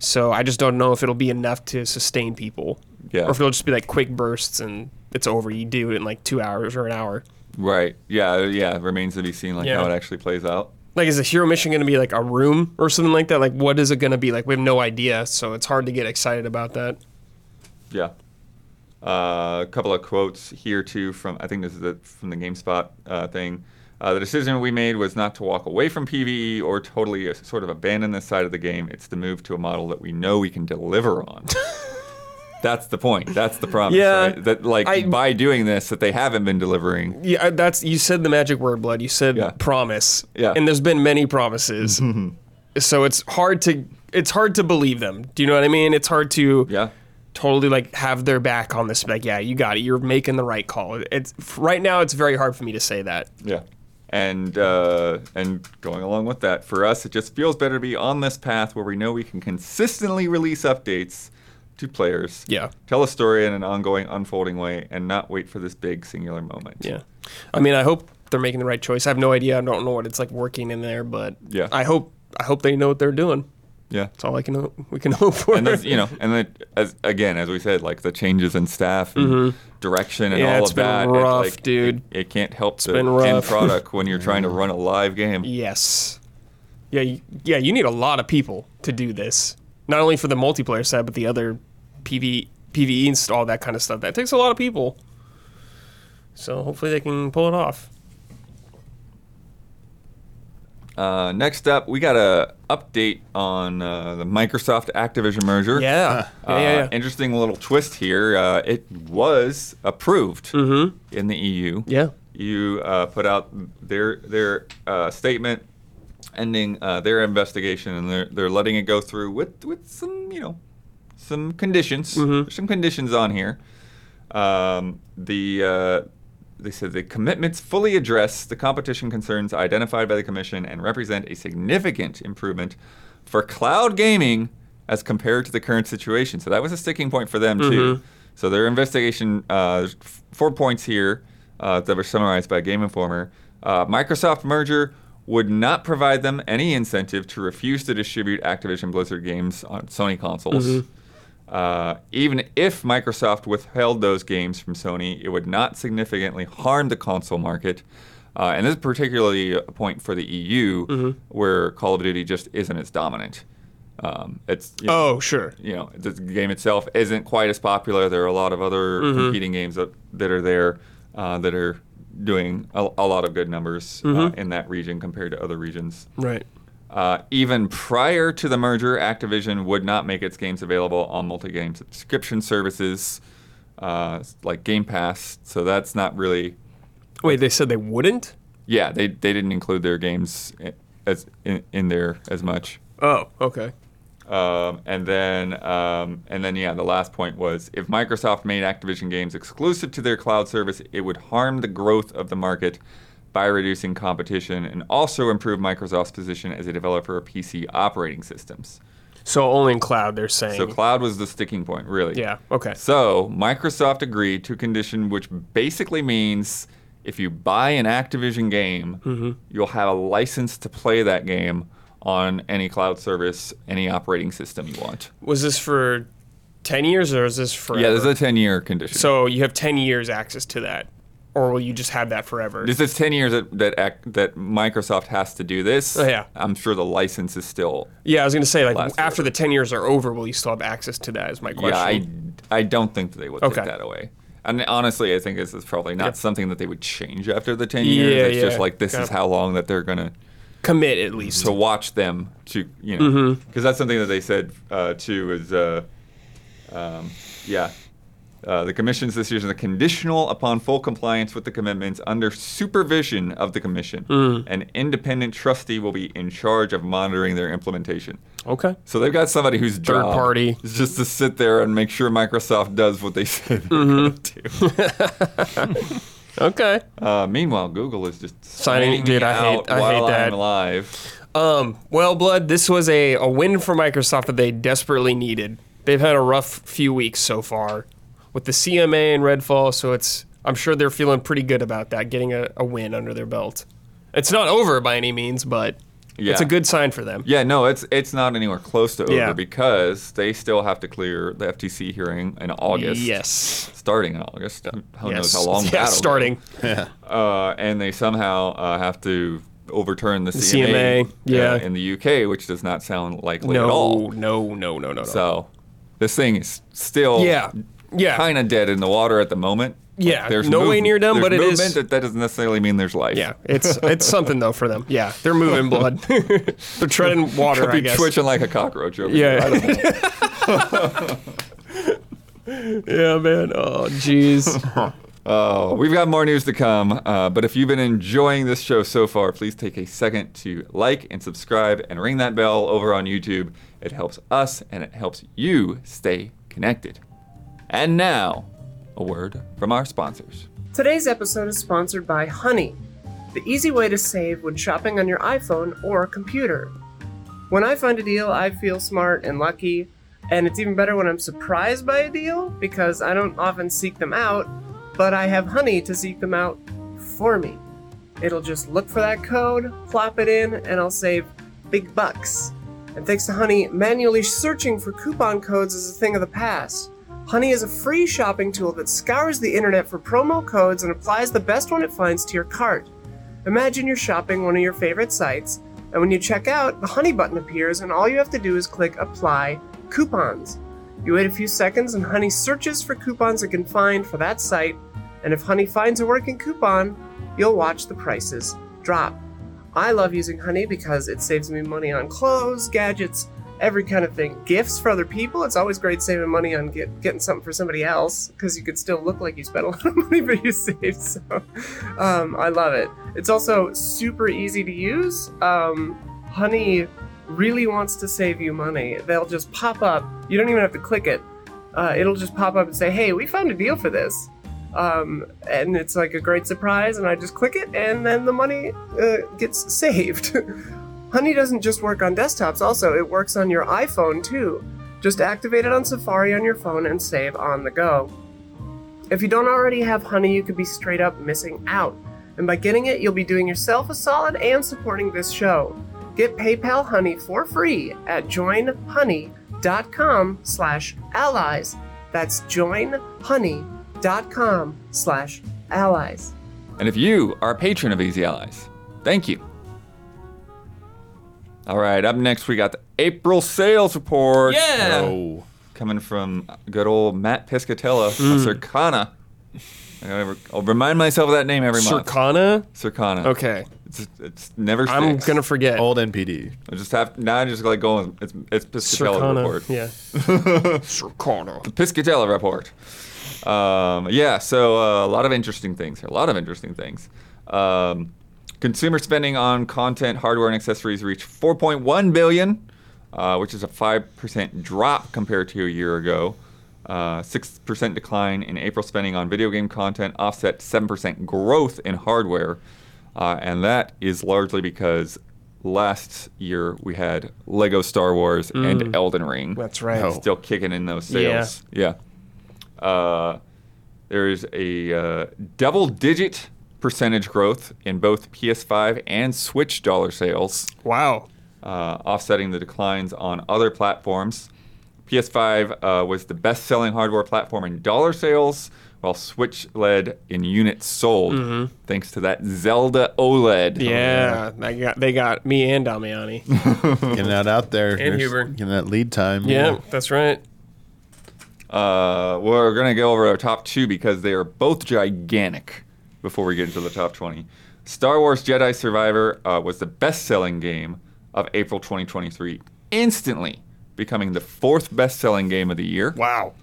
E: So I just don't know if it'll be enough to sustain people,
B: Yeah.
E: or if it'll just be like quick bursts and it's over. You do it in like two hours or an hour.
B: right. Yeah. Yeah. Remains to be seen, like
E: Yeah.
B: how it actually plays out.
E: like is the hero mission going to be like a room or something like that like what is it going to be like we have no idea so it's hard to get excited about that
B: Yeah. Uh, a couple of quotes here too from I think this is the, from the GameSpot uh, thing. Uh, the decision we made was not to walk away from PVE or totally uh, sort of abandon this side of the game. It's to move to a model that we know we can deliver on. That's the point. That's the promise.
E: Yeah.
B: right? That like
E: I-
B: by doing this, that they haven't been delivering.
E: yeah I- that's you said the magic word blood you said
B: Yeah.
E: promise
B: Yeah. Mm-hmm.
E: and there's been many promises so it's hard to it's hard to believe them do you know what i mean it's hard to
B: Yeah.
E: totally like have their back on this like yeah you got it you're making the right call it's right now it's very hard for me to say that
B: Yeah. And uh, and going along with that, for us, it just feels better to be on this path where we know we can consistently release updates to players.
E: Yeah.
B: Tell a story in an ongoing, unfolding way, and not wait for this big singular moment.
E: Yeah. I mean, I hope they're making the right choice. I have no idea. I don't know what it's like working in there, but
B: Yeah.
E: I hope I hope they know what they're doing.
B: Yeah.
E: That's all I can hope, we can hope for.
B: And there's, you know, and then as again, as we said, like the changes in staff and direction and
E: Mm-hmm. Yeah,
B: all
E: it's
B: of
E: been
B: that,
E: rough,
B: it, like,
E: dude.
B: It, it can't help the
E: been
B: end
E: rough.
B: product when you're trying to run a live game.
E: yes. Yeah, you, yeah, you need a lot of people to do this. Not only for the multiplayer side, but the other PV, PVE E and all that kind of stuff. That takes a lot of people. So hopefully they can pull it off.
B: Uh, next up, we got a update on uh, the Microsoft Activision merger.
E: Yeah.
B: Uh,
E: yeah, yeah, yeah.
B: Interesting little twist here. Uh, it was approved
E: Mm.
B: in the EU.
E: Mm-hmm. Yeah.
B: You uh, put out their their uh, statement ending uh, their investigation, and they're they're letting it go through with with some you know some conditions.
E: Mm-hmm.
B: There's Some conditions on here. Um, the uh, they said the commitments fully address the competition concerns identified by the commission and represent a significant improvement for cloud gaming as compared to the current situation. So that was a sticking point for them too. So their investigation, uh, there's f- four points here uh, that were summarized by Game Informer. Uh, Microsoft merger would not provide them any incentive to refuse to distribute Activision Blizzard games on Sony consoles. Uh, even if Microsoft withheld those games from Sony, it would not significantly harm the console market. Uh, and this is particularly a point for the EU, where Call of Duty just isn't as dominant. Um, it's you know,
E: Oh, sure.
B: you know the game itself isn't quite as popular. There are a lot of other competing games that, that are there uh, that are doing a, a lot of good numbers uh, in that region compared to other regions.
E: Right.
B: Uh, even prior to the merger, Activision would not make its games available on multi-game subscription services uh, like Game Pass. So that's not really
E: Wait, they said they wouldn't?
B: Yeah, they they didn't include their games i- as in, in there as much.
E: Oh, okay.
B: Um, and then, um, and then, yeah, the last point was if Microsoft made Activision games exclusive to their cloud service, it would harm the growth of the market by reducing competition and also improve Microsoft's position as a developer of PC operating systems.
E: So only in cloud they're saying.
B: So, cloud was the sticking point, really.
E: yeah. Okay.
B: So, Microsoft agreed to a condition which basically means if you buy an Activision game,
E: Mm-hmm.
B: you'll have a license to play that game on any cloud service, any operating system you want.
E: Was this for ten years or is this for?
B: Yeah, this is a 10 year condition.
E: so you have ten years access to that, or will you just have that forever?
B: this is 10 years that that, ac- that Microsoft has to do this.
E: Oh, yeah.
B: I'm sure the license is still.
E: yeah, I was gonna say like
B: Last
E: after the ten years are over, will you still have access to that? Is my question.
B: Yeah, I, I don't think that they would
E: Okay.
B: take that away. And honestly, I think this is probably not something that they would change after the 10
E: Yeah,
B: years. it's just
E: yeah.
B: like this is
E: Kinda-
B: how long that they're going to
E: commit at least.
B: to watch them to you know because
E: Mm-hmm.
B: that's something that they said uh, too is uh, um, yeah uh, the commission's decisions are conditional upon full compliance with the commitments under supervision of the commission
E: Mm.
B: an independent trustee will be in charge of monitoring their implementation
E: okay.
B: so they've got somebody who's
E: Third party.
B: is just to sit there and make sure microsoft does what they said they're
E: Mm-hmm.
B: going to do
E: Okay.
B: uh, meanwhile google is just
E: Signing-
B: signing
E: dude,
B: me
E: I hate-
B: out
E: I hate
B: while
E: that.
B: I'm live
E: Um, well, Blood, this was a, a win for Microsoft that they desperately needed. They've had a rough few weeks so far with the CMA and Redfall, so it's I'm sure they're feeling pretty good about that, getting a, a win under their belt. It's not over by any means, but it's
B: Yeah.
E: a good sign for them.
B: Yeah, no, it's it's not anywhere close to over
E: Yeah.
B: because they still have to clear the FTC hearing in August.
E: Yes.
B: Starting in August. Who who
E: yes.
B: knows how long
E: yeah,
B: that'll
E: starting.
B: go. Uh, and they somehow uh, have to overturn the,
E: CMA,
B: uh,
E: yeah.
B: in the UK, which does not sound likely at
E: No,
B: all.
E: no, no, no, no, no.
B: So this thing is still
E: Yeah. Yeah.
B: kind of dead in the water at the moment.
E: Yeah, no way
B: move-
E: near done,
B: there's
E: but it is-
B: movement, That, that doesn't necessarily mean there's life.
E: Yeah, it's it's something though for them. Yeah, they're moving blood. they're treading water.
B: Could be
E: I guess.
B: twitching like a cockroach over here. I don't know.
E: Yeah. yeah, man. Oh, jeez.
B: Oh, we've got more news to come. Uh, but if you've been enjoying this show so far, please take a second to like and subscribe and ring that bell over on YouTube. It helps us and it helps you stay connected. And now, a word from our sponsors.
A: Today's episode is sponsored by Honey, the easy way to save when shopping on your iPhone or computer. When I find a deal, I feel smart and lucky, and it's even better when I'm surprised by a deal because I don't often seek them out, but I have Honey to seek them out for me. It'll just look for that code, plop it in, and I'll save big bucks. And thanks to Honey, manually searching for coupon codes is a thing of the past. Honey is a free shopping tool that scours the internet for promo codes and applies the best one it finds to your cart. Imagine you're shopping one of your favorite sites, and when you check out, the Honey button appears, and all you have to do is click Apply Coupons. You wait a few seconds, and Honey searches for coupons it can find for that site, and if Honey finds a working coupon, you'll watch the prices drop. I love using Honey because it saves me money on clothes, gadgets, every kind of thing. Gifts for other people. It's always great saving money on get, getting something for somebody else because you could still look like you spent a lot of money, but you saved. So um, I love it. It's also super easy to use. Um, Honey really wants to save you money. They'll just pop up. You don't even have to click it. Uh, it'll just pop up and say, "Hey, we found a deal for this." um, and it's like a great surprise and i just click it and then the money uh, gets saved honey doesn't just work on desktops also it works on your iphone too just activate it on safari on your phone and save on the go if you don't already have honey you could be straight up missing out and by getting it you'll be doing yourself a solid and supporting this show get paypal honey for free at joinhoney.com slash allies that's joinhoney.com slash allies.
B: And if you are a patron of Easy Allies, thank you. All right, up next, we got the April sales report.
E: Yeah.
C: Oh,
B: coming from good old Matt Piscatella
E: Hmm.
B: of Circana. I gotta re- I'll remind myself of that name every month.
E: Circana.
B: Circana.
E: Okay,
B: It's, it's never. Sticks.
E: I'm gonna forget.
C: old NPD.
B: I just have now. I just like going. It's it's Piscatella
E: Circana.
B: report.
E: Yeah. Circana.
B: Piscatella report. Um, yeah, so uh, a lot of interesting things. A lot of interesting things. Um, consumer spending on content, hardware, and accessories reached 4.1 billion, uh, which is a 5% drop compared to a year ago. Uh, 6% decline in April spending on video game content offset 7% growth in hardware. Uh, and that is largely because last year we had Lego Star Wars and Elden Ring.
E: That's right.
C: No.
B: Still kicking in those sales. Yeah. Uh, there is a uh, double digit percentage growth in both PS5 and Switch dollar sales,
E: Wow.
B: uh, offsetting the declines on other platforms. PS5 uh, was the best selling hardware platform in dollar sales, while Switch led in units sold, thanks to that Zelda OLED.
E: Yeah, they got they got me and Damiani.
C: Getting that out there. There's-
E: Huber.
C: Getting that lead time.
E: yeah, that's right.
B: Uh, we're going to go over our top two because they are both gigantic before we get into the top 20. Star Wars Jedi Survivor uh, was the best selling game of April 2023, instantly becoming the fourth best selling game of the year.
E: Wow.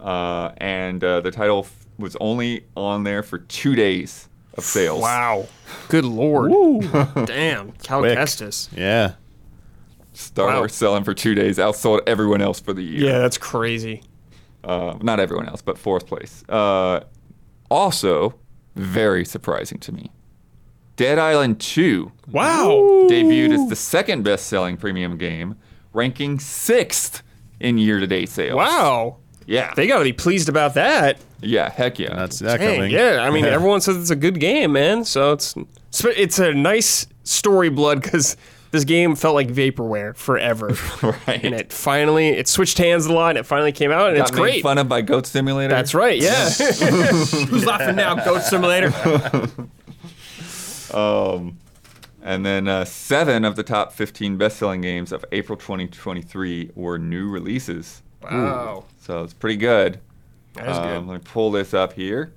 B: Uh, and uh, the title f- was only on there for two days of sales.
E: Wow. Good lord. Damn. Cal
C: Quick.
E: Kestis.
C: Yeah.
B: Star
E: Wow.
B: Wars selling for two days outsold everyone else for the year.
E: Yeah, that's crazy.
B: uh, not everyone else, but fourth place. Uh, also, very surprising to me, Dead Island 2
E: Wow.
B: debuted as the second best selling premium game, ranking sixth in year to date sales.
E: Wow.
B: Yeah.
E: They got to be pleased about that.
B: yeah, heck yeah.
C: That's that
E: Dang,
C: coming.
E: yeah, I mean, everyone says it's a good game, man. So it's it's- it's a nice story, blood, because this game felt like vaporware forever,
B: Right.
E: and it finally it switched hands a lot, and it finally came out, and
B: Got
E: it's
B: made
E: great.
B: fun of by Goat Simulator.
E: That's right. Yeah. Who's laughing now, Goat Simulator?
B: And then uh, seven of the top 15 best selling games of April 2023 were new releases.
E: Wow.
B: So it's pretty good.
E: That is good.
B: Um, Let me pull this up here.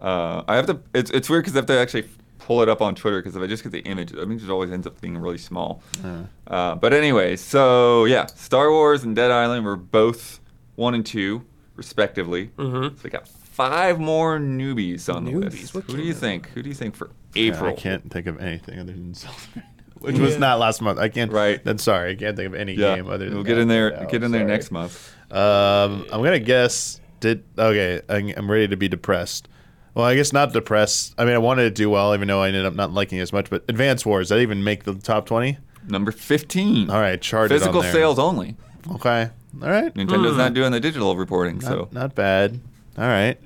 B: Uh, I have to. It's, it's weird because I have to actually pull it up on Twitter because if I just get the image, the image always ends up being really small.
E: Uh-huh.
B: Uh, but anyway, so yeah, Star Wars and Dead Island were both one and two respectively. Mm-hmm. So we got five more newbies on the list. Who do you think? Who do you think for
C: Yeah,
B: April?
C: I can't think of anything other than Zelda, which was not last month. I can't.
B: Right.
C: Then sorry, I can't think of any
B: Yeah,
C: game other than.
B: we'll get in there.
C: Battle
B: get in there
C: Royale,
B: next month.
C: sorry. Um, I'm gonna guess. Did okay. I'm, I'm ready to be depressed. Well, I guess not depressed. I mean, I wanted to do well, even though I ended up not liking it as much. But Advance Wars, did that even make the top twenty?
B: Number fifteen.
C: All right, charted on
B: Physical
C: there.
B: sales only.
C: Okay. All right.
B: Nintendo's
E: Hmm.
B: not doing the digital reporting, so Hmm.
C: Not, not bad. All right.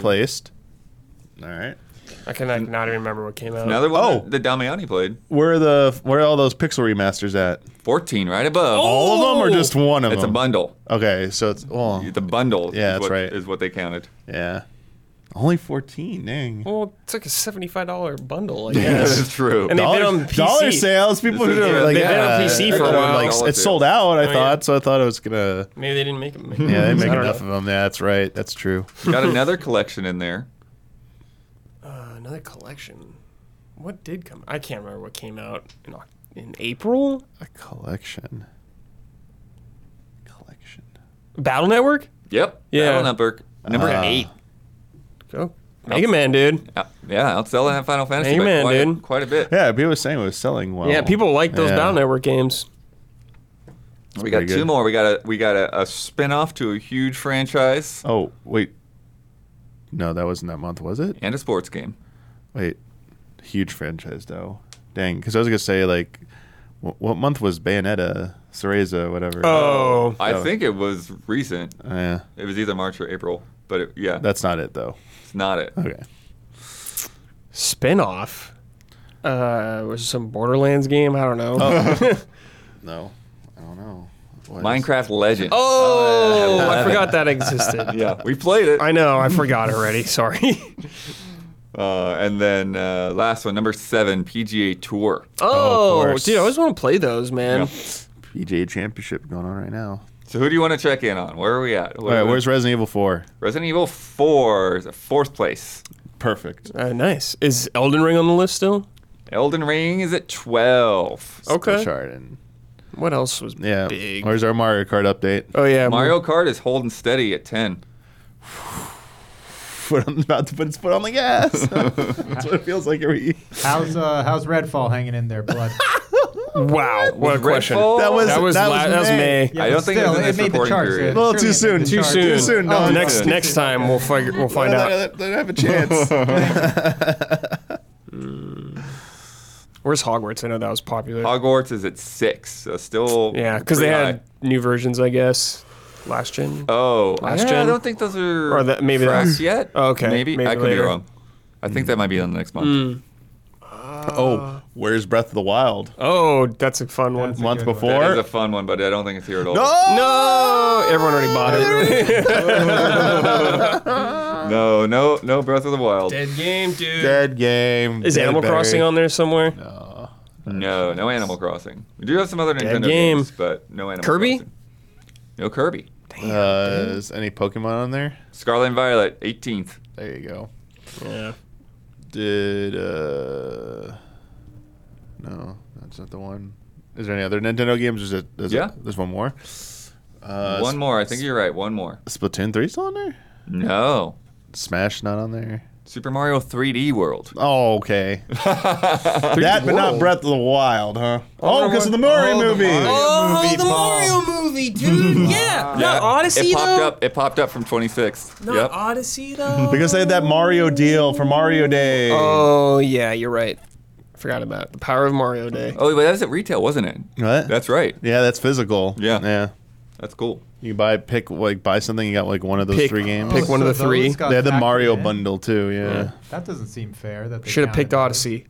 C: Placed. All right.
E: I cannot not even remember what came out.
B: another one
C: Oh.
B: that Damiani played.
C: Where are the where are all those pixel remasters at?
B: 14 right above.
C: All of them or just one of
B: it's a
C: them?
B: bundle.
C: Okay, so it's well,
B: The bundle is,
C: Yeah, that's
B: what,
C: right.
B: is what they counted.
C: yeah, only fourteen. Dang.
E: Well, it's like a seventy-five dollar bundle. I guess.
B: That is true.
E: And they-
C: Dollar,
E: been on PC.
C: dollar sales. People
B: This
C: who
B: is-
C: are
B: yeah,
C: like,
B: they've
E: been on
C: yeah,
E: PC for a
C: they're
E: while.
C: Like,
B: Dollar
C: it's
B: sales.
C: sold out. I
E: yeah.
C: thought so. I thought it was gonna.
E: Maybe they didn't make them.
C: Yeah, they make
E: I don't
C: enough
E: know.
C: of them. Yeah, that's right. That's true.
B: Got another collection in there.
E: Uh, another collection. What did come? I can't remember what came out in Oc- in April.
C: A collection. Collection.
E: Battle Network.
B: Yep.
E: Yeah.
B: Battle Network. Number
C: Ah.
B: eight.
E: Go. Mega Man, dude.
B: Uh, yeah, outselling that Final Fantasy
E: Hey,
B: by
E: man,
B: quite,
E: dude.
B: quite a bit.
C: Yeah, people were saying it was selling well.
E: Yeah, people like those
C: Oh, Yeah.
E: Battle Network games.
B: we got
C: pretty
B: two
C: good.
B: more. We got a we got a, a spin off to a huge franchise
C: Oh wait. No, that wasn't that month, was it?
B: and a sports game.
C: Wait, huge franchise though. Dang, because I was gonna say like, wh- what month was Bayonetta, Cereza, whatever?
E: Oh,
B: I
C: Oh.
B: think it was recent.
C: yeah,
B: It was either March or April, but it, yeah,
C: that's not it though.
B: it's not it.
C: Okay,
E: spinoff. Uh, was it some Borderlands game? I don't know. Oh,
C: no, I don't know. What is-
B: Minecraft Legends.
E: Oh,
C: Oh.
E: I forgot that existed.
B: yeah, we played it.
E: I know. I forgot already. Sorry.
B: Uh, and then uh, last one, number seven, PGA Tour.
C: Oh, of
E: Oh,
C: course.
E: dude, I always want to play those, man.
B: Yeah.
E: E
C: PGA Championship going on right now.
B: So who do you want to check in on? Where are we at?
C: All right, where's Resident Evil Four?
B: Resident Evil 4 is at fourth place.
C: Perfect.
E: Uh, nice. Is Elden Ring on the list still?
B: Elden Ring is at 12.
C: Oh.
E: Okay.
C: Chardon.
E: What else was
C: Yeah.
E: big?
C: Where's our Mario Kart update?
E: Oh yeah,
B: Mario Kart is holding steady at 10.
C: foot on about to put its foot on the gas. That's what it feels like every.
D: How's uh, how's Redfall hanging in there, blood?
E: Wow, what a question.
B: Redfall?
C: That was
E: That was
C: that
E: la-
C: was
E: that was May.
B: I
D: but
B: don't think it's
D: still,
B: in this
D: made the
B: recording
D: charts.
B: period.
D: It
C: Well, too
D: surely made
C: soon.
D: the
C: Too
D: charts.
E: soon.
C: Too soon. No
D: Oh,
C: one-
E: next
D: yeah.
E: next time we'll figure we'll find out.
C: They don't have a chance.
E: Where's Hogwarts? I know that was popular.
B: Hogwarts is at six, so still.
E: yeah, because they
B: pretty
E: had
B: high.
E: new versions, I guess, last gen.
B: Oh,
E: Last
B: yeah, I
E: gen?
B: don't think those are
E: Or that- maybe
B: fracked
E: that's-
B: yet.
E: Okay,
B: maybe,
E: maybe
B: I could be
E: later. Hmm.
B: wrong. I think that might be on the next month.
C: oh, where's Breath of the Wild?
E: oh, that's a fun one.
D: That's a
C: Month
D: good one.
C: before.
B: That is a fun one, but I don't think it's here at all.
E: No, everyone already bought it.
B: no, no, no Breath of the Wild.
E: Dead game, dude.
C: Dead game.
E: Is
C: dead
E: Animal
C: berry.
E: Crossing on there somewhere?
B: No, no Animal Crossing. We do have some other Nintendo
E: game.
B: games, but no Animal
E: Kirby?
B: Crossing. No Kirby.
C: Uh, is any Pokemon on there?
B: Scarlet and Violet, 18th.
C: There you go.
E: Yeah.
C: Did uh, no, that's not the one. Is there any other Nintendo games? Is it? Is
B: Yeah.
C: It, there's one more. Uh,
B: one more. I think you're right. One more.
C: Splatoon three still on there?
B: No.
C: Smash not on there.
B: Super Mario 3D World.
C: Oh, okay. that, but not Breath of the Wild, huh? Oh, because of the Murray
B: Oh, the
C: movie.
B: Mario
E: Oh,
D: movie,
E: the
D: Paul.
E: Mario movie, dude. yeah.
B: Yeah,
E: Not Odyssey
B: It popped
E: though.
B: up. It popped up from 26th.
E: Not
B: yep.
E: Odyssey though.
C: Because they had that Mario deal for Mario Day.
E: Oh yeah, you're right. Forgot about it. the power of Mario Day.
B: Oh, but that was at retail, wasn't it?
C: What?
B: That's right.
C: yeah, that's physical.
B: Yeah.
C: yeah.
B: That's cool.
C: You buy pick like buy something. You got like one of those
E: Pick-
C: three games.
E: pick one of the
D: those
E: three.
D: got
C: They had the
D: factored
C: Mario
D: in?
C: bundle too. Yeah.
D: That doesn't seem fair. That they
E: Should have picked
D: counted.
E: Odyssey.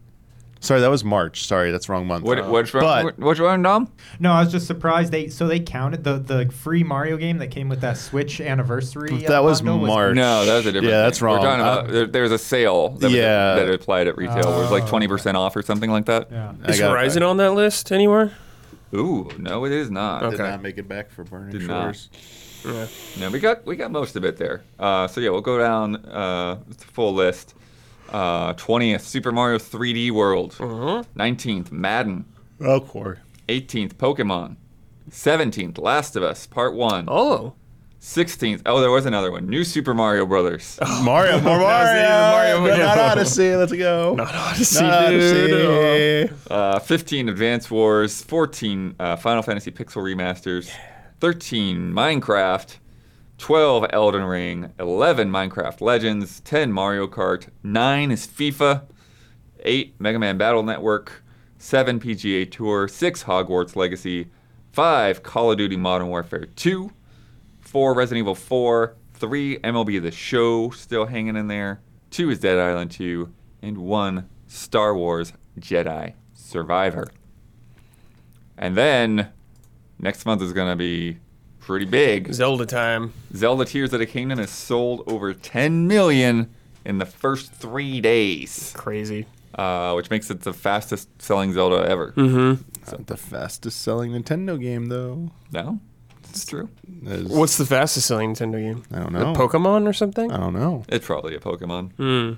C: Sorry, that was March. Sorry, that's wrong month.
E: Uh,
B: What, what's wrong?
C: Uh, but-
B: what's wrong, Dom?
D: No, I was just surprised they so they counted the the free Mario game that came with that Switch anniversary. uh,
C: that was
D: bundle
C: March.
B: No, that was a different.
C: Yeah, that's
B: thing.
C: wrong.
B: We're talking
C: Uh,
B: about there, there was a sale that, was-
C: Yeah.
B: that applied at retail. where it was like
E: Uh,
B: 20% off or something like that.
D: Yeah.
C: I
E: Is
C: got it
E: Horizon
C: back.
E: on that list anywhere?
B: Ooh, no, it is not.
E: Okay.
C: Did not make it back for Burning
B: Did not.
C: Shores.
E: Yeah.
B: No, we got we got most of it there. Uh, so yeah, we'll go down uh, the full list. Uh, Twentieth, Super Mario 3D World. 19th Madden.
C: Oh, core.
B: 18th, Pokemon. 17th, Last of Us Part One.
E: Oh.
B: 16th, oh, there was another one, New Super Mario Brothers.
C: Mario, more Mario,
E: Mario
C: but
E: movie.
C: not Odyssey. Let's go.
E: Not Odyssey,
C: Not
E: dude. Oh.
C: Odyssey.
B: Uh, 15, Advance Wars. 14, uh, Final Fantasy Pixel Remasters. 13, Minecraft. 12, Elden Ring. 11, Minecraft Legends. 10, Mario Kart. 9 is FIFA. 8, Mega Man Battle Network. 7, PGA Tour. 6, Hogwarts Legacy. 5, Call of Duty Modern Warfare 2. 4, Resident Evil 4. 3, MLB The Show still hanging in there. 2 is Dead Island 2. And 1, Star Wars Jedi Survivor. And then next month is going to be pretty big.
E: Zelda time.
B: Zelda Tears of the Kingdom has sold over 10 million in the first three days,
E: Crazy.
B: uh, which makes it the fastest selling Zelda ever.
C: It's not the fastest selling Nintendo game though.
B: No? It's true.
C: It's-
E: What's the fastest selling Nintendo game?
C: I don't
E: The
C: know. Oh.
E: Pokemon or something?
C: I don't know.
B: It's probably a Pokemon.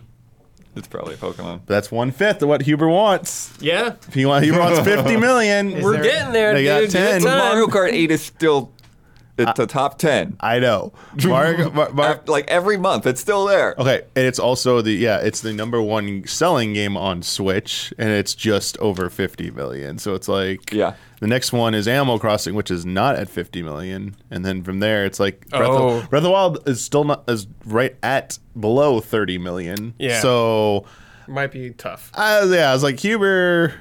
B: It's probably a Pokemon.
C: But that's one fifth of what Huber wants.
E: Yeah.
C: If he wants, Huber wants fifty million.
D: Is
E: We're
D: there-
E: getting there,
C: They got
E: dude. Give it
C: 10.
E: time.
B: Mario Kart 8 is still at the top 10.
C: I know. Mario, Mar- Mar- Oh,
B: Af- like every month, it's still there.
C: Okay, and it's also the yeah, it's the number one selling game on Switch, and it's just over fifty million. So it's like
B: Yeah.
C: the next one is Animal Crossing, which is not at fifty million, and then from there it's like Breath,
E: Oh.
C: of, Breath of the Wild is still not is right at below thirty million.
E: Yeah.
C: So
E: Might be tough.
C: I, yeah, I was like Huber,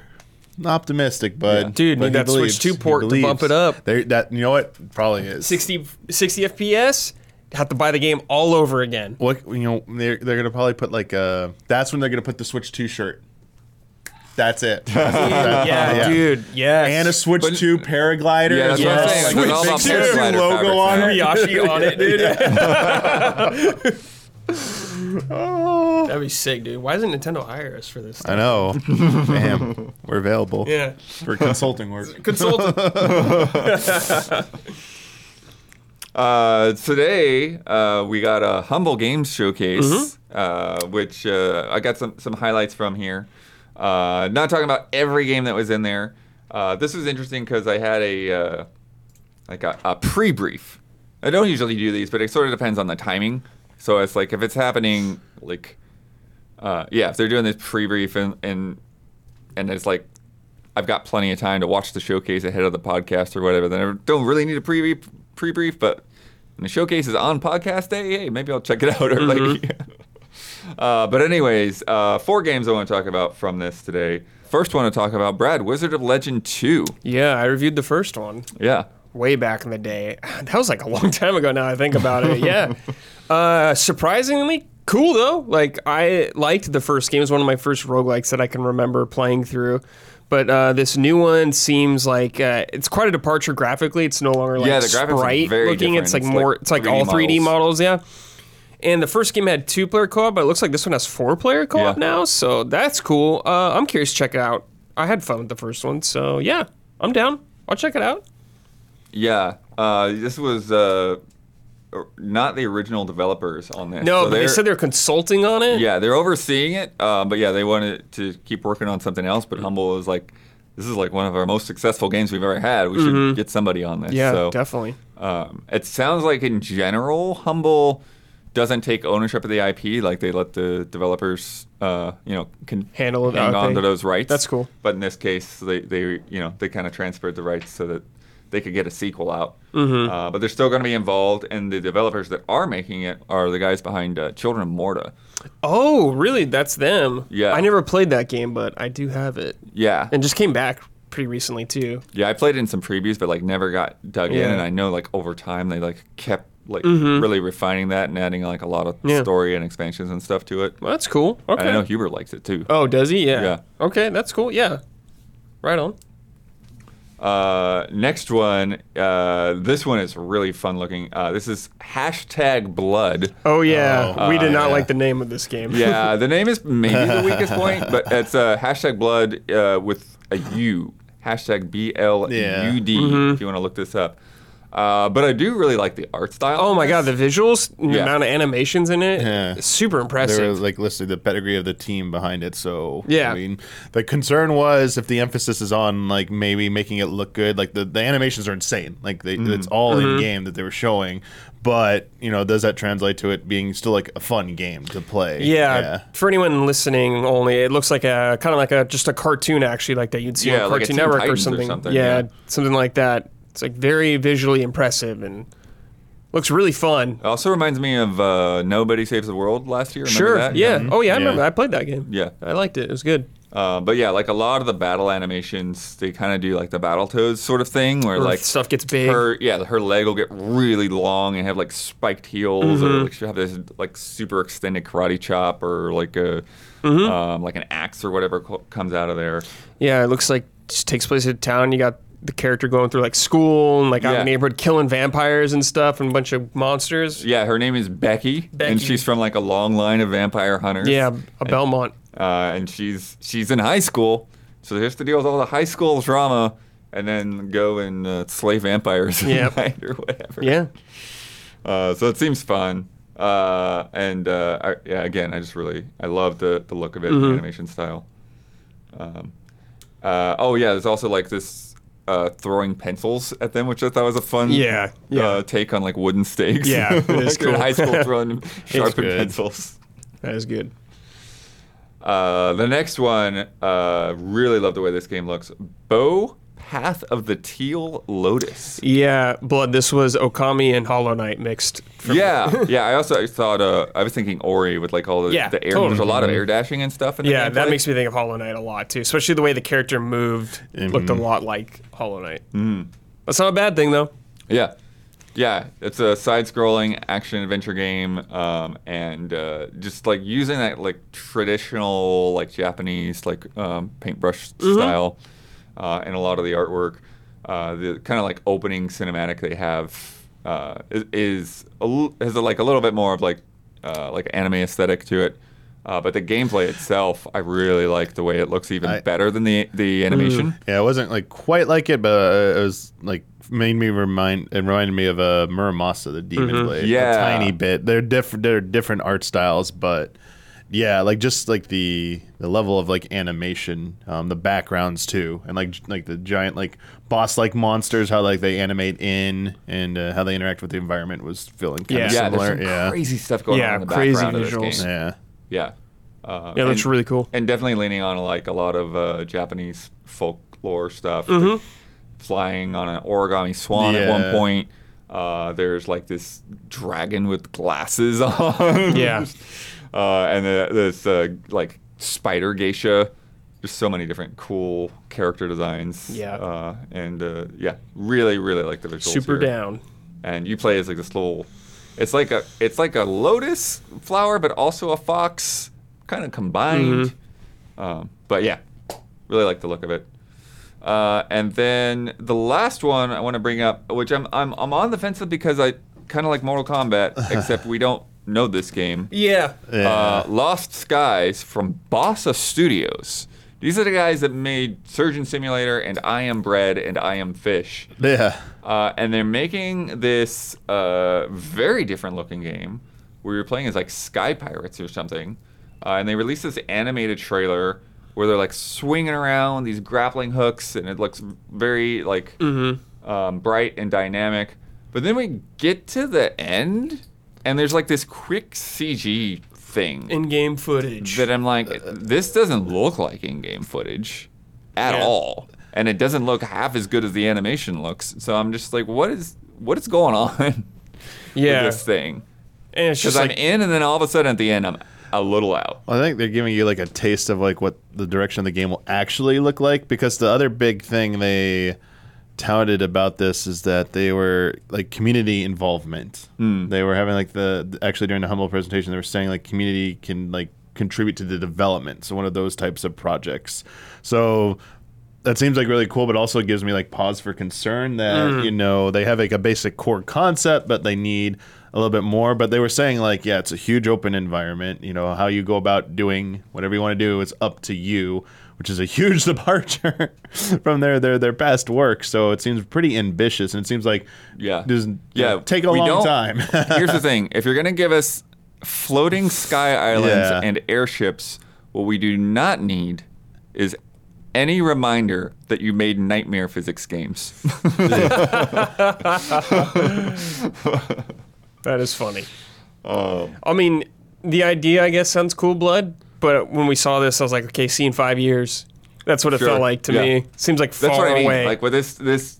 C: optimistic, bud.
B: Yeah.
E: Dude,
C: But
E: need
C: he
E: that Switch 2
C: He
E: port to
C: believes.
E: bump it up.
C: There, that you know what probably is
E: 60, 60 FPS. Have to buy the game all over again.
C: what you know they're, they're gonna probably put like a that's when they're gonna put the switch 2 shirt that's it
E: Yeah, dude. Yes.
C: and a switch
B: But-
C: 2 paraglider
B: Yeah,
C: as
B: that's what
E: I'm
C: well.
E: saying,
C: Like,
E: it's all
C: big
E: about
C: Switch 2
B: paraglider
C: logo
B: fabrics
C: on
B: now.
C: it
E: Kobayashi on it, dude.
C: Oh.
E: That'd be sick, dude. Why doesn't Nintendo hire us for this? Stuff?
C: I know damn we're available
E: Yeah.
C: for consulting work
E: Consultant.
B: Uh, today uh, we got a humble games showcase, uh, which uh, I got some some highlights from here. Uh, not talking about every game that was in there. Uh, this was interesting because I had a uh, like a, a pre brief. I don't usually do these, but it sort of depends on the timing. So it's like if it's happening, like, uh, yeah, if they're doing this pre-brief and and and it's like I've got plenty of time to watch the showcase ahead of the podcast or whatever, then I don't really need a pre-brief, pre-brief but when the showcase is on podcast day, hey, maybe I'll check it out early.
E: Mm-hmm.
B: uh, but anyways, uh, four games I want to talk about from this today. First one to talk about, Brad, Wizard of Legend 2.
E: Yeah, I reviewed the first one
B: Yeah.
E: way back in the day. That was like a long time ago now I think about it. Yeah. uh, surprisingly cool though. Like I liked the first game. It was one of my first roguelikes that I can remember playing through. But uh, this new one seems like uh, it's quite a departure graphically. It's no longer like
B: Yeah, the graphics are
E: sprite
B: very
E: looking. It's like
B: different. It's
E: more.
B: like 3D
E: It's like all 3D
B: models.
E: models. Yeah. And the first game had two player co op, but it looks like this one has four player co op
B: Yeah.
E: now. So that's cool. Uh, I'm curious to check it out. I had fun with the first one. So yeah, I'm down. I'll check it out.
B: Yeah. Uh, this was uh, or- not the original developers on this. So
E: No, but they
B: they're-
E: said they're consulting on it.
B: Yeah, they're overseeing it, uh, but yeah, they wanted to keep working on something else. But Humble was like, "This is like one of our most successful games we've ever had. We should get somebody on this."
E: Mm-hmm. Yeah,
B: so,
E: definitely.
B: Um, it sounds like in general, Humble doesn't take ownership of the IP. Like they let the developers, uh, you know, can
E: Handle it,
B: hang
E: okay.
B: on to those rights.
E: That's cool.
B: But in this case, they, they you know they kind of transferred the rights so that they could get a sequel out.
E: Mm-hmm.
B: Uh, but they're still going to be involved, and the developers that are making it are the guys behind uh, Children of Morta.
E: Oh, really? That's them.
B: Yeah.
E: I never played that game, but I do have it,
B: Yeah,
E: and just came back pretty recently too.
B: Yeah, I played in some previews, but like never got dug in.
E: Yeah. Mm-hmm.
B: And I know like over time they like kept like really refining that and adding like a lot of
E: Yeah.
B: story and expansions and stuff to it.
E: Well, that's cool.
B: And I know
E: Okay.
B: Huber likes it too.
E: Oh, does he? Yeah.
B: Yeah.
E: Okay, that's cool. Yeah. Right on.
B: Uh, next one, uh, this one is really fun looking. Uh, this is hashtag blood.
E: Oh yeah,
C: Oh,
E: we did not
C: yeah.
E: like the name of this game.
B: Yeah, the name is maybe the weakest point, but it's uh, hashtag blood uh, with a U. Hashtag B L U D
E: Mm-hmm.
B: if you want to look this up. Uh, but I do really like the art style.
E: Oh my god, the visuals, the
B: Yeah.
E: amount of animations in it,
C: Yeah.
E: super
C: There
E: impressive.
C: was like listed the pedigree of the team behind it. So
E: Yeah.
C: I mean, the concern was if the emphasis is on like maybe making it look good. Like the, the animations are insane. Like they, it's all in
E: Mm-hmm.
C: game that they were showing. But you know, does that translate to it being still like a fun game to play?
E: yeah, for anyone listening only, it looks like a kind of like a just a cartoon actually, like that you'd see
B: Yeah,
E: on
B: like a
E: Cartoon
B: Teen
E: Network or
B: Titans or
E: something.
B: something,
E: yeah,
B: yeah.
E: something like that. It's like very visually impressive and looks really fun.
B: It also reminds me of uh, Nobody Saves the World last year. Oh, Remember
E: sure.
B: that? Mm-hmm.
E: Yeah. Oh yeah, I remember.
C: Yeah.
E: I played that game.
B: Yeah.
E: I liked it. It was good.
B: Uh, but yeah, like a lot of the battle animations, they kind of do like the battle toads sort of thing where
E: Where
B: like
E: stuff gets big.
B: Her, yeah, her leg will get really long and have like spiked heels,
E: Mm-hmm.
B: or like she'll have this like super extended karate chop, or like a
E: Mm-hmm.
B: um, like an axe or whatever co- comes out of there.
E: Yeah, it looks like it just takes place in a town. You got the character going through like school and like out in
B: Yeah.
E: the neighborhood killing vampires and stuff and a bunch of monsters.
B: Yeah, her name is Becky,
E: Becky.
B: and she's from like a long line of vampire hunters.
E: Yeah, a Belmont.
B: uh, and she's she's in high school, so they have to deal with all the high school drama, and then go and uh, slay vampires
E: Yeah.
B: at night or whatever.
E: Yeah.
B: Uh, so it seems fun, uh, and uh, I, yeah, again, I just really I love the the look of it,
E: Mm-hmm.
B: the animation style. Um, uh, oh yeah, there's also like this. Uh, throwing pencils at them, which I thought was a fun
E: Yeah, yeah.
B: Uh, take on like wooden stakes.
E: Yeah, it is
B: Like, in
E: cool.
B: high school throwing sharpened
C: good.
B: pencils.
E: That is good.
B: Uh, the next one, uh, really love the way this game looks. Bow Path of the Teal Lotus.
E: Yeah, blood. This was Okami and Hollow Knight mixed. for me.
B: Yeah, yeah. I also thought uh, I was thinking Ori with like all the,
E: Yeah,
B: the air.
E: totally.
B: There's a lot of air dashing and stuff. In the
E: Yeah, that
B: gameplay.
E: makes me think of Hollow Knight a lot too. Especially the way the character moved looked
B: Mm-hmm.
E: a lot like Hollow Knight. Mm. That's not a bad thing though.
B: Yeah, yeah. It's a side-scrolling action adventure game, um, and uh, just like using that like traditional like Japanese like um, paintbrush style uh, in a lot of the artwork. Uh, the kind of like opening cinematic they have uh, is, is a l- has a, like a little bit more of like uh, like anime aesthetic to it. Uh, but the gameplay itself, I really like the way it looks even
C: I- Mm-hmm.
B: better than the the animation.
C: Yeah, it wasn't like quite like it, but uh, it was like made me remind it reminded me of a uh, Muramasa, the Demon Blade,
B: Yeah.
C: a tiny bit. They're different. They're different art styles, but yeah, like just like the the level of like animation, um, the backgrounds too, and like j- like the giant like boss like monsters, how like they animate in and uh, how they interact with the environment was feeling kind
E: Yeah.
C: of
E: Yeah,
B: Yeah,
C: similar.
B: there's some
C: yeah,
B: crazy stuff going
E: Yeah,
B: on in the
E: crazy
B: background of
E: visuals.
B: this game.
C: yeah.
B: Yeah, uh,
E: Yeah, it looks
B: and-
E: really cool.
B: and definitely leaning on like a lot of uh, Japanese folklore stuff.
E: Mm-hmm.
B: Like, flying on an origami swan at one
C: Yeah.
B: point. Uh, there's like this dragon with glasses on.
E: Yeah.
B: uh, and the, this uh, like spider geisha. There's so many different cool character designs.
E: Yeah.
B: Uh, and uh, yeah, really, really like the visuals.
E: Super
B: here
E: down.
B: and you play as like this little it's like a it's like a lotus flower but also a fox kind of combined um, but yeah really like the look of it uh, and then the last one I want to bring up, which I'm I'm, I'm on the fence with because I kind of like Mortal Kombat, except we don't know this game.
E: Yeah.
B: Uh, Lost Skies from Bossa Studios. These are the guys that made Surgeon Simulator and I Am Bread and I Am Fish
C: yeah.
B: uh, and they're making this uh, very different looking game where you're playing as like sky pirates or something uh, and they released this animated trailer where they're like swinging around these grappling hooks and it looks very like um, bright and dynamic but then we get to the end and there's like this quick cg thing
E: In game footage.
B: that I'm like, this doesn't look like in-game footage at
E: Yeah.
B: all, and it doesn't look half as good as the animation looks. So I'm just like, what is what is going on
E: yeah.
B: with this thing?
E: and it's
B: Because
E: just
B: I'm
E: like
B: in, and then all of a sudden at the end, I'm a little out.
C: Well, I think they're giving you like a taste of like what the direction of the game will actually look like because the other big thing they touted about this is that they were like community involvement. They were having like the actually during the humble presentation they were saying like community can like contribute to the development. So one of those types of projects. So that seems like really cool, but also gives me like pause for concern that
B: Mm.
C: you know they have like a basic core concept, but they need a little bit more. But they were saying like, yeah, it's a huge open environment. You know how you go about doing whatever you want to do is up to you, which is a huge departure from their their their past work. So it seems pretty ambitious, and it seems like
B: Yeah.
C: does
B: Yeah,
C: take a
B: we
C: long
B: don't-
C: time.
B: Here's the thing: if you're gonna give us floating sky islands
C: Yeah.
B: and airships, what we do not need is any reminder that you made nightmare physics games.
E: that is funny.
B: Um.
E: I mean, the idea I guess sounds cool, blood. But when we saw this, I was like, okay, see you in five years. That's what it
B: Sure.
E: felt like to
B: Yeah.
E: me. Seems like
B: That's
E: far
B: what I mean.
E: away.
B: Like with this this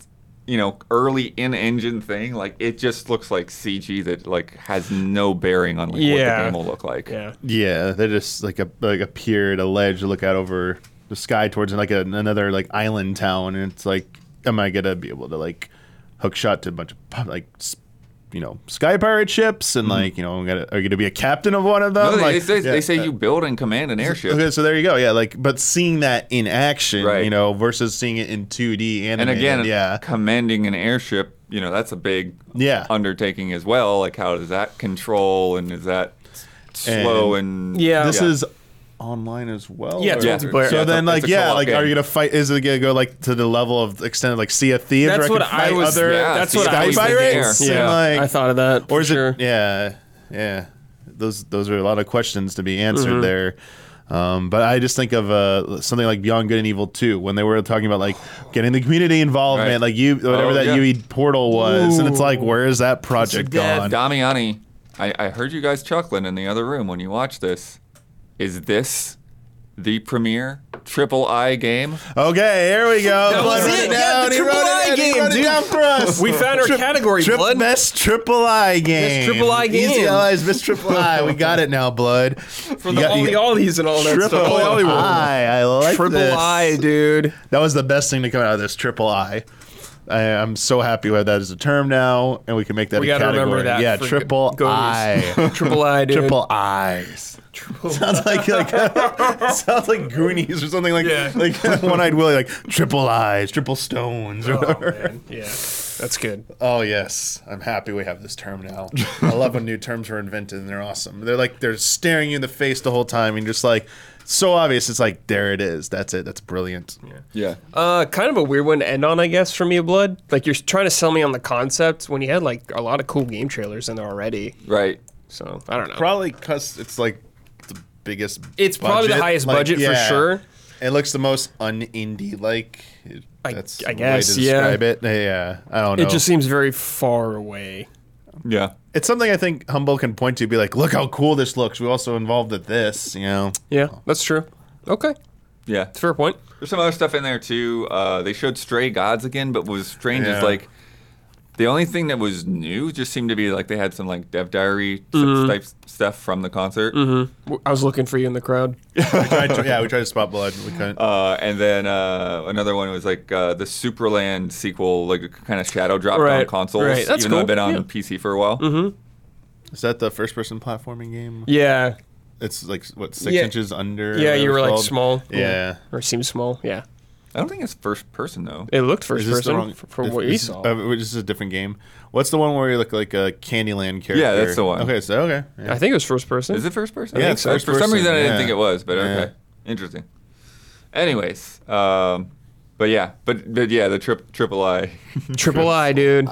B: you know early in-engine thing, like it just looks like CG that like has no bearing on like, what
E: Yeah.
B: the game will look like.
E: yeah.
C: Yeah, they just like a like appeared a ledge to look out over the sky towards like a, another like island town, and it's like, am I gonna be able to like hook shot to a bunch of like s- you know sky pirate ships and like you know I'm gonna are you gonna be a captain of one of them?
B: Mm-hmm. No, they,
C: like,
B: they say,
C: yeah,
B: they say
C: uh,
B: you build and command an airship.
C: Okay, so there you go. Yeah, like but seeing that in action,
B: Right.
C: you know, versus seeing it in 2D
B: And
C: animated,
B: again,
C: yeah,
B: commanding an airship, you know, that's a big
C: Yeah.
B: undertaking as well. Like, how does that control and is that s-
C: And-
B: slow and,
E: Yeah.
C: this is online as well.
E: Yeah, it's
C: or-
E: Yeah. multiplayer.
C: So
E: Yeah,
B: it's a-
C: then, like,
B: it's a
C: yeah,
B: co-op
C: like,
B: game.
C: are you gonna fight? Is it gonna go like to the level of extended like Sea of Thieves?
E: That's
C: where
E: what
C: I, can fight
E: I was-
C: Other
B: yeah,
E: That's
B: see,
E: what
C: sky
E: I was thinking.
C: pirates.
B: Yeah.
C: And, like,
E: I thought of that.
C: or
E: for
C: is
E: sure.
C: it? Yeah, yeah. Those those are a lot of questions to be answered
E: Mm-hmm.
C: there. Um, but I just think of uh, something like Beyond Good and Evil 2 when they were talking about like getting the community involvement,
B: Right.
C: like you whatever
B: Oh,
C: that
B: yeah.
C: UE portal was, and it's like where is that project gone?
E: dead
B: Damiani, I, I heard you guys chuckling in the other room when you watched this. Is this the premier triple I game?
C: Okay, here we go. That
E: was it. Yeah, the
C: he wrote
E: triple I
C: it down. He
E: game,
C: wrote it
E: dude.
C: down for us.
E: We found our category,
C: Trip,
E: blood.
C: Best triple I game.
E: triple I
C: Easy
E: game.
C: allies, best triple I. We got it now, blood. From
E: The all the ollies and all that
C: triple
E: stuff. Ollie, ollie.
C: I. I like
E: Triple
C: this.
E: I, dude.
C: That was the best thing to come out of this triple I. I am so happy with that as a term now, and we can make that
E: We
C: a
E: gotta
C: category.
E: remember that
C: yeah,
E: for
C: triple
E: go-
C: I.
E: Triple I, dude.
C: Triple I's. sounds like like sounds like Goonies or something like
E: Yeah.
C: like One Eyed Willie like triple eyes, triple stones. Or
E: Oh,
C: whatever.
E: man. Yeah. That's good.
C: Oh yes, I'm happy we have this term now. I love when new terms are invented and they're awesome. They're like they're staring you in the face the whole time and you're just like so obvious. It's like there it is. That's it. That's brilliant.
B: Yeah.
E: Uh, kind of a weird one to end on, I guess, for me, Blood. Like you're trying to sell me on the concept when you had like a lot of cool game trailers in there already.
B: Right.
E: So I don't know.
C: Probably because it's like the biggest.
E: It's probably the
C: budget.
E: highest
C: Like,
E: budget for
C: yeah.
E: sure.
C: It looks the most un-indie like. It-
E: I-
C: That's
E: I
C: the
E: guess,
C: way to
E: yeah.
C: describe it. Yeah, I don't know.
E: It just seems very far away.
B: Yeah.
C: it's something I think Humble can point to, be like, look how cool this looks. We also involved at this, you know.
E: Yeah, that's true. Okay,
B: Yeah.
E: fair point.
B: There's some other stuff in there too. Uh, they showed Stray Gods again, but what was strange
C: Yeah.
B: is like the only thing that was new just seemed to be like they had some like Dev Diary s-
E: Mm-hmm.
B: type stuff from the concert,
E: W- I was looking for you in the crowd.
C: We tried to, yeah, we tried to spot blood. We couldn't.
B: uh, and then uh, another one was like uh, the Superland sequel, like kind of shadow dropped on
E: Right,
B: consoles,
E: right. That's
B: even though I've
E: cool.
B: been on
E: Yeah. Mm-hmm.
B: PC for a while.
C: Is that the first-person platforming game?
E: Yeah,
C: It's like what six
E: Yeah.
C: inches under.
E: yeah,
C: whatever
E: you were
C: it's
E: like
C: called?
E: small.
C: Yeah.
E: or seemed small. Yeah,
B: I don't think it's first person though.
E: it looked
C: Is
E: first
C: this the
E: person
C: wrong?
E: f- from
C: if-
E: what you
C: is-
E: saw.
C: Uh, which is a different game. What's the one where you look like a Candyland character?
B: that's the one.
C: Okay, so okay. yeah.
E: I think it was first person.
B: Is it first person?
C: Yeah,
B: I think
C: it's
B: so.
C: first
B: For some
C: person,
B: reason, I
C: yeah.
B: didn't think it was, but
C: Yeah.
B: okay, interesting. Anyways, um, but yeah, but, but yeah, the trip triple I.
E: Triple I, dude.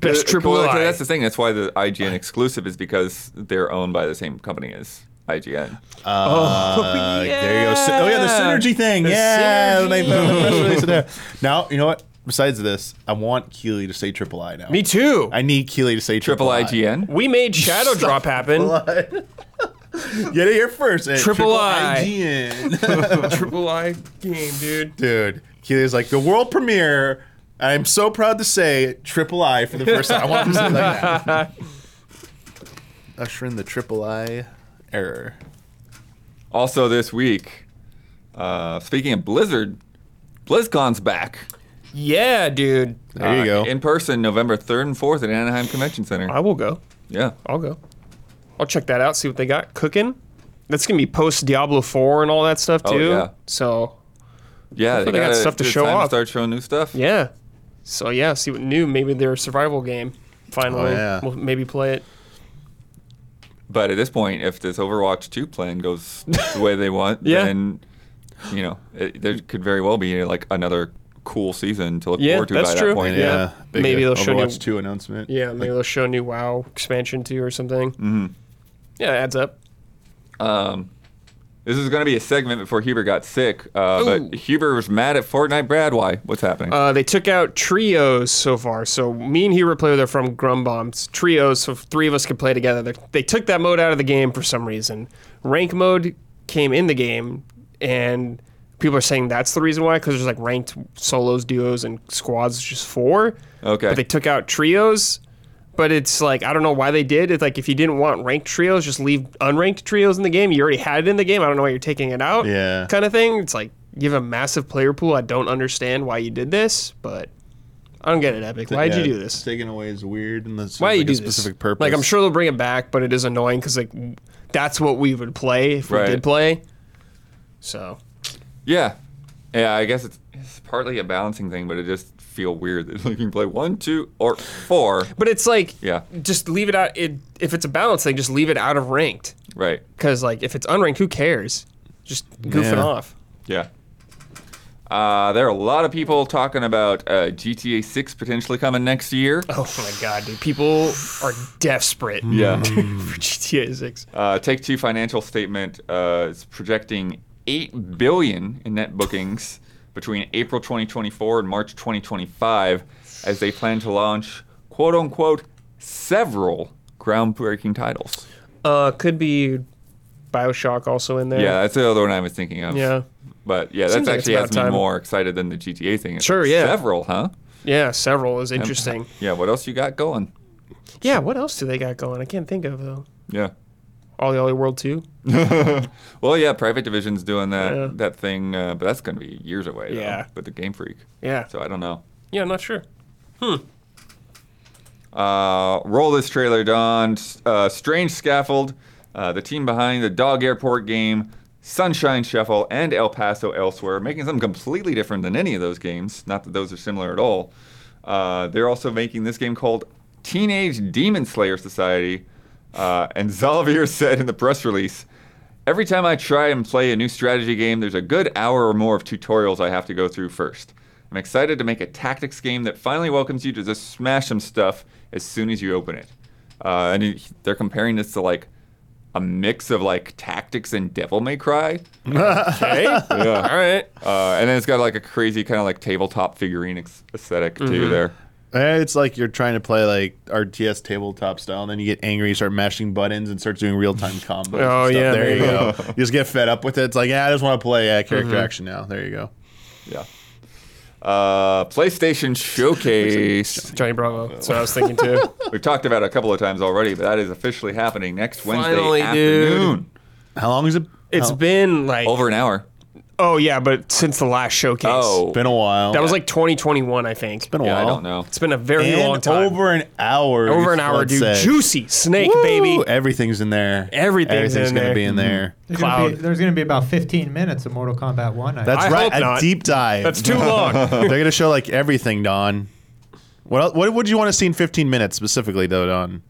E: Best
B: Uh,
E: triple
B: well, that's-
E: I.
B: That's the thing. That's why the IGN exclusive is because they're owned by the same company as IGN.
C: Uh, There you go. Sy- Oh yeah, the synergy thing. yeah. when they put the press release in there. Now you know what. Besides this, I want Keely to say triple I now.
E: Me too.
C: I need Keely to say
B: Triple
C: triple,
B: IGN.
E: we made Shadow Drop happen.
C: Get it here first. eh,
E: Triple I.
C: IGN.
E: Triple I game, dude.
C: Dude, Keely's like the world premiere. I'm so proud to say triple I for the first time. I want him to say it like that. Usher in the triple I error.
B: Also this week, uh, speaking of Blizzard, BlizzCon's back.
E: Yeah, dude.
C: There you
B: Uh,
C: go. Uh,
B: In person, November third and fourth at Anaheim Convention Center.
E: I will go.
B: yeah.
E: I'll go. I'll check that out. See what they got cooking. That's gonna be post Diablo Four and all that stuff too.
B: Oh, yeah.
E: So
B: Yeah,
E: Hopefully they got
B: gotta-
E: stuff to
B: it's
E: show
B: time
E: off.
B: start showing new stuff.
E: yeah. So yeah, see what new. Maybe their survival game. Finally,
C: Oh, yeah.
E: we'll maybe play it.
B: But at this point, if this Overwatch 2 plan goes the way they want,
E: Yeah.
B: then you know it, there could very well be like another cool season to look
E: Yeah,
B: forward to
E: that's
B: by
E: true.
B: that point.
E: Yeah.
C: big
E: Maybe they'll show you-
C: Overwatch two announcement.
E: Yeah, maybe they'll show a new WoW expansion too or something. Mm-hmm. Yeah, it adds up.
B: Um, this is going to be a segment before Huber got sick, uh,
E: Ooh.
B: but Huber was mad at Fortnite. Brad, why? What's happening?
E: Uh, they took out trios so far. So me and Hero Player, they're from Grumbombs. Trios, so three of us could play together. They, they took that mode out of the game for some reason. Rank mode came in the game, and people are saying that's the reason why, because there's like ranked solos, duos, and squads, just four.
B: Okay.
E: But they took out trios. But it's like I don't know why they did. It's like if you didn't want ranked trios, just leave unranked trios in the game. You already had it in the game. I don't know why you're taking it out.
C: Yeah.
E: Kind of thing. It's like you have a massive player pool. I don't understand why you did this, but I don't get it, Epic. Why'd
C: Yeah,
E: you do this?
C: Taking away is weird and that's
E: Why
C: like
E: you do
C: a
E: this?
C: specific purpose.
E: Like I'm sure they'll bring it back, but it is annoying because like that's what we would play if
B: Right.
E: we did play. So
B: yeah, yeah. I guess it's, it's partly a balancing thing, but it just feel weird that like, you can play one, two, or four.
E: But it's like,
B: Yeah.
E: just leave it out. It, if it's a balance thing, just leave it out of ranked.
B: Right.
E: Because like, if it's unranked, who cares? Just goofing
C: Yeah.
E: off.
B: Yeah. Uh, there are a lot of people talking about uh, GTA 6 potentially coming next year.
E: Oh my god, dude! People are desperate
B: Yeah.
E: for GTA Six.
B: Uh, Take Two financial statement uh, is projecting eight billion in net bookings between April 2024 and March 2025, as they plan to launch "quote unquote" several groundbreaking titles.
E: Uh, could be Bioshock also in there.
B: Yeah, that's the other one I was thinking of.
E: Yeah.
B: but yeah, that's
E: Seems like it's
B: actually
E: about
B: has me
E: time.
B: more excited than the GTA thing. It's
E: Sure, yeah.
B: several, huh?
E: yeah. Several
B: Um,
E: is interesting.
B: Yeah, what else you got going?
E: yeah. What else do they got going? I can't think of though.
B: Yeah.
E: Ollie Ollie World Two.
B: Well, yeah, Private Division's doing that
E: Yeah.
B: that thing, uh, but that's going to be years away. Though,
E: Yeah.
B: with the Game Freak.
E: Yeah.
B: So I don't know.
E: Yeah, I'm not sure.
B: Uh, roll this trailer, Don. Uh, Strange Scaffold, uh, the team behind the Dog Airport game, Sunshine Shuffle, and El Paso Elsewhere, making something completely different than any of those games. Not that those are similar at all. Uh, they're also making this game called Teenage Demon Slayer Society. Uh, and Zalvir said in the press release, Every time I try and play a new strategy game, there's a good hour or more of tutorials I have to go through first. I'm excited to make a tactics game that finally welcomes you to just smash some stuff as soon as you open it. Uh, and he- they're comparing this to like a mix of like tactics and Devil May Cry.
E: Okay.
B: Yeah.
E: All right.
B: Uh, and then it's got like a crazy kind of like tabletop figurine ex- aesthetic
E: Mm-hmm.
B: too. There,
C: Eh, It's like you're trying to play like RTS tabletop style, and then you get angry, you start mashing buttons, and starts doing real time combos. and
E: Oh,
C: stuff.
E: yeah,
C: there you
E: maybe.
C: go. you just get fed up with it. It's like, yeah, I just want to play yeah,
E: Mm-hmm.
C: character action now. There you go.
B: yeah. Uh, PlayStation Showcase.
E: Johnny Bravo. That's what I was thinking too.
B: We've talked about it a couple of times already, but that is officially happening next Wednesday
E: Finally, dude.
B: afternoon.
C: How long is it?
E: It's
C: how-
E: been like
B: Oh. Over an hour.
E: Oh yeah, but since the last showcase.
B: Oh,
C: been a while.
E: That was like 2021, I think.
C: been a
B: yeah,
C: while.
B: I don't know.
E: It's been a very
C: And
E: long time.
C: Over an hour.
E: Over an hour,
C: let's
E: dude.
C: say.
E: Juicy snake,
C: Woo!
E: baby.
C: Everything's in there.
E: Everything's
C: Everything's
E: in
C: gonna
E: there.
C: be in there.
D: There's gonna, be,
E: Cloud.
D: there's gonna be about 15 minutes of Mortal Kombat 1. I
C: That's
E: I
C: right.
E: hope
C: A
E: not.
C: deep dive.
E: That's too long.
C: They're gonna show like everything, Don. What el- what would you want to see in 15 minutes specifically, though, Don?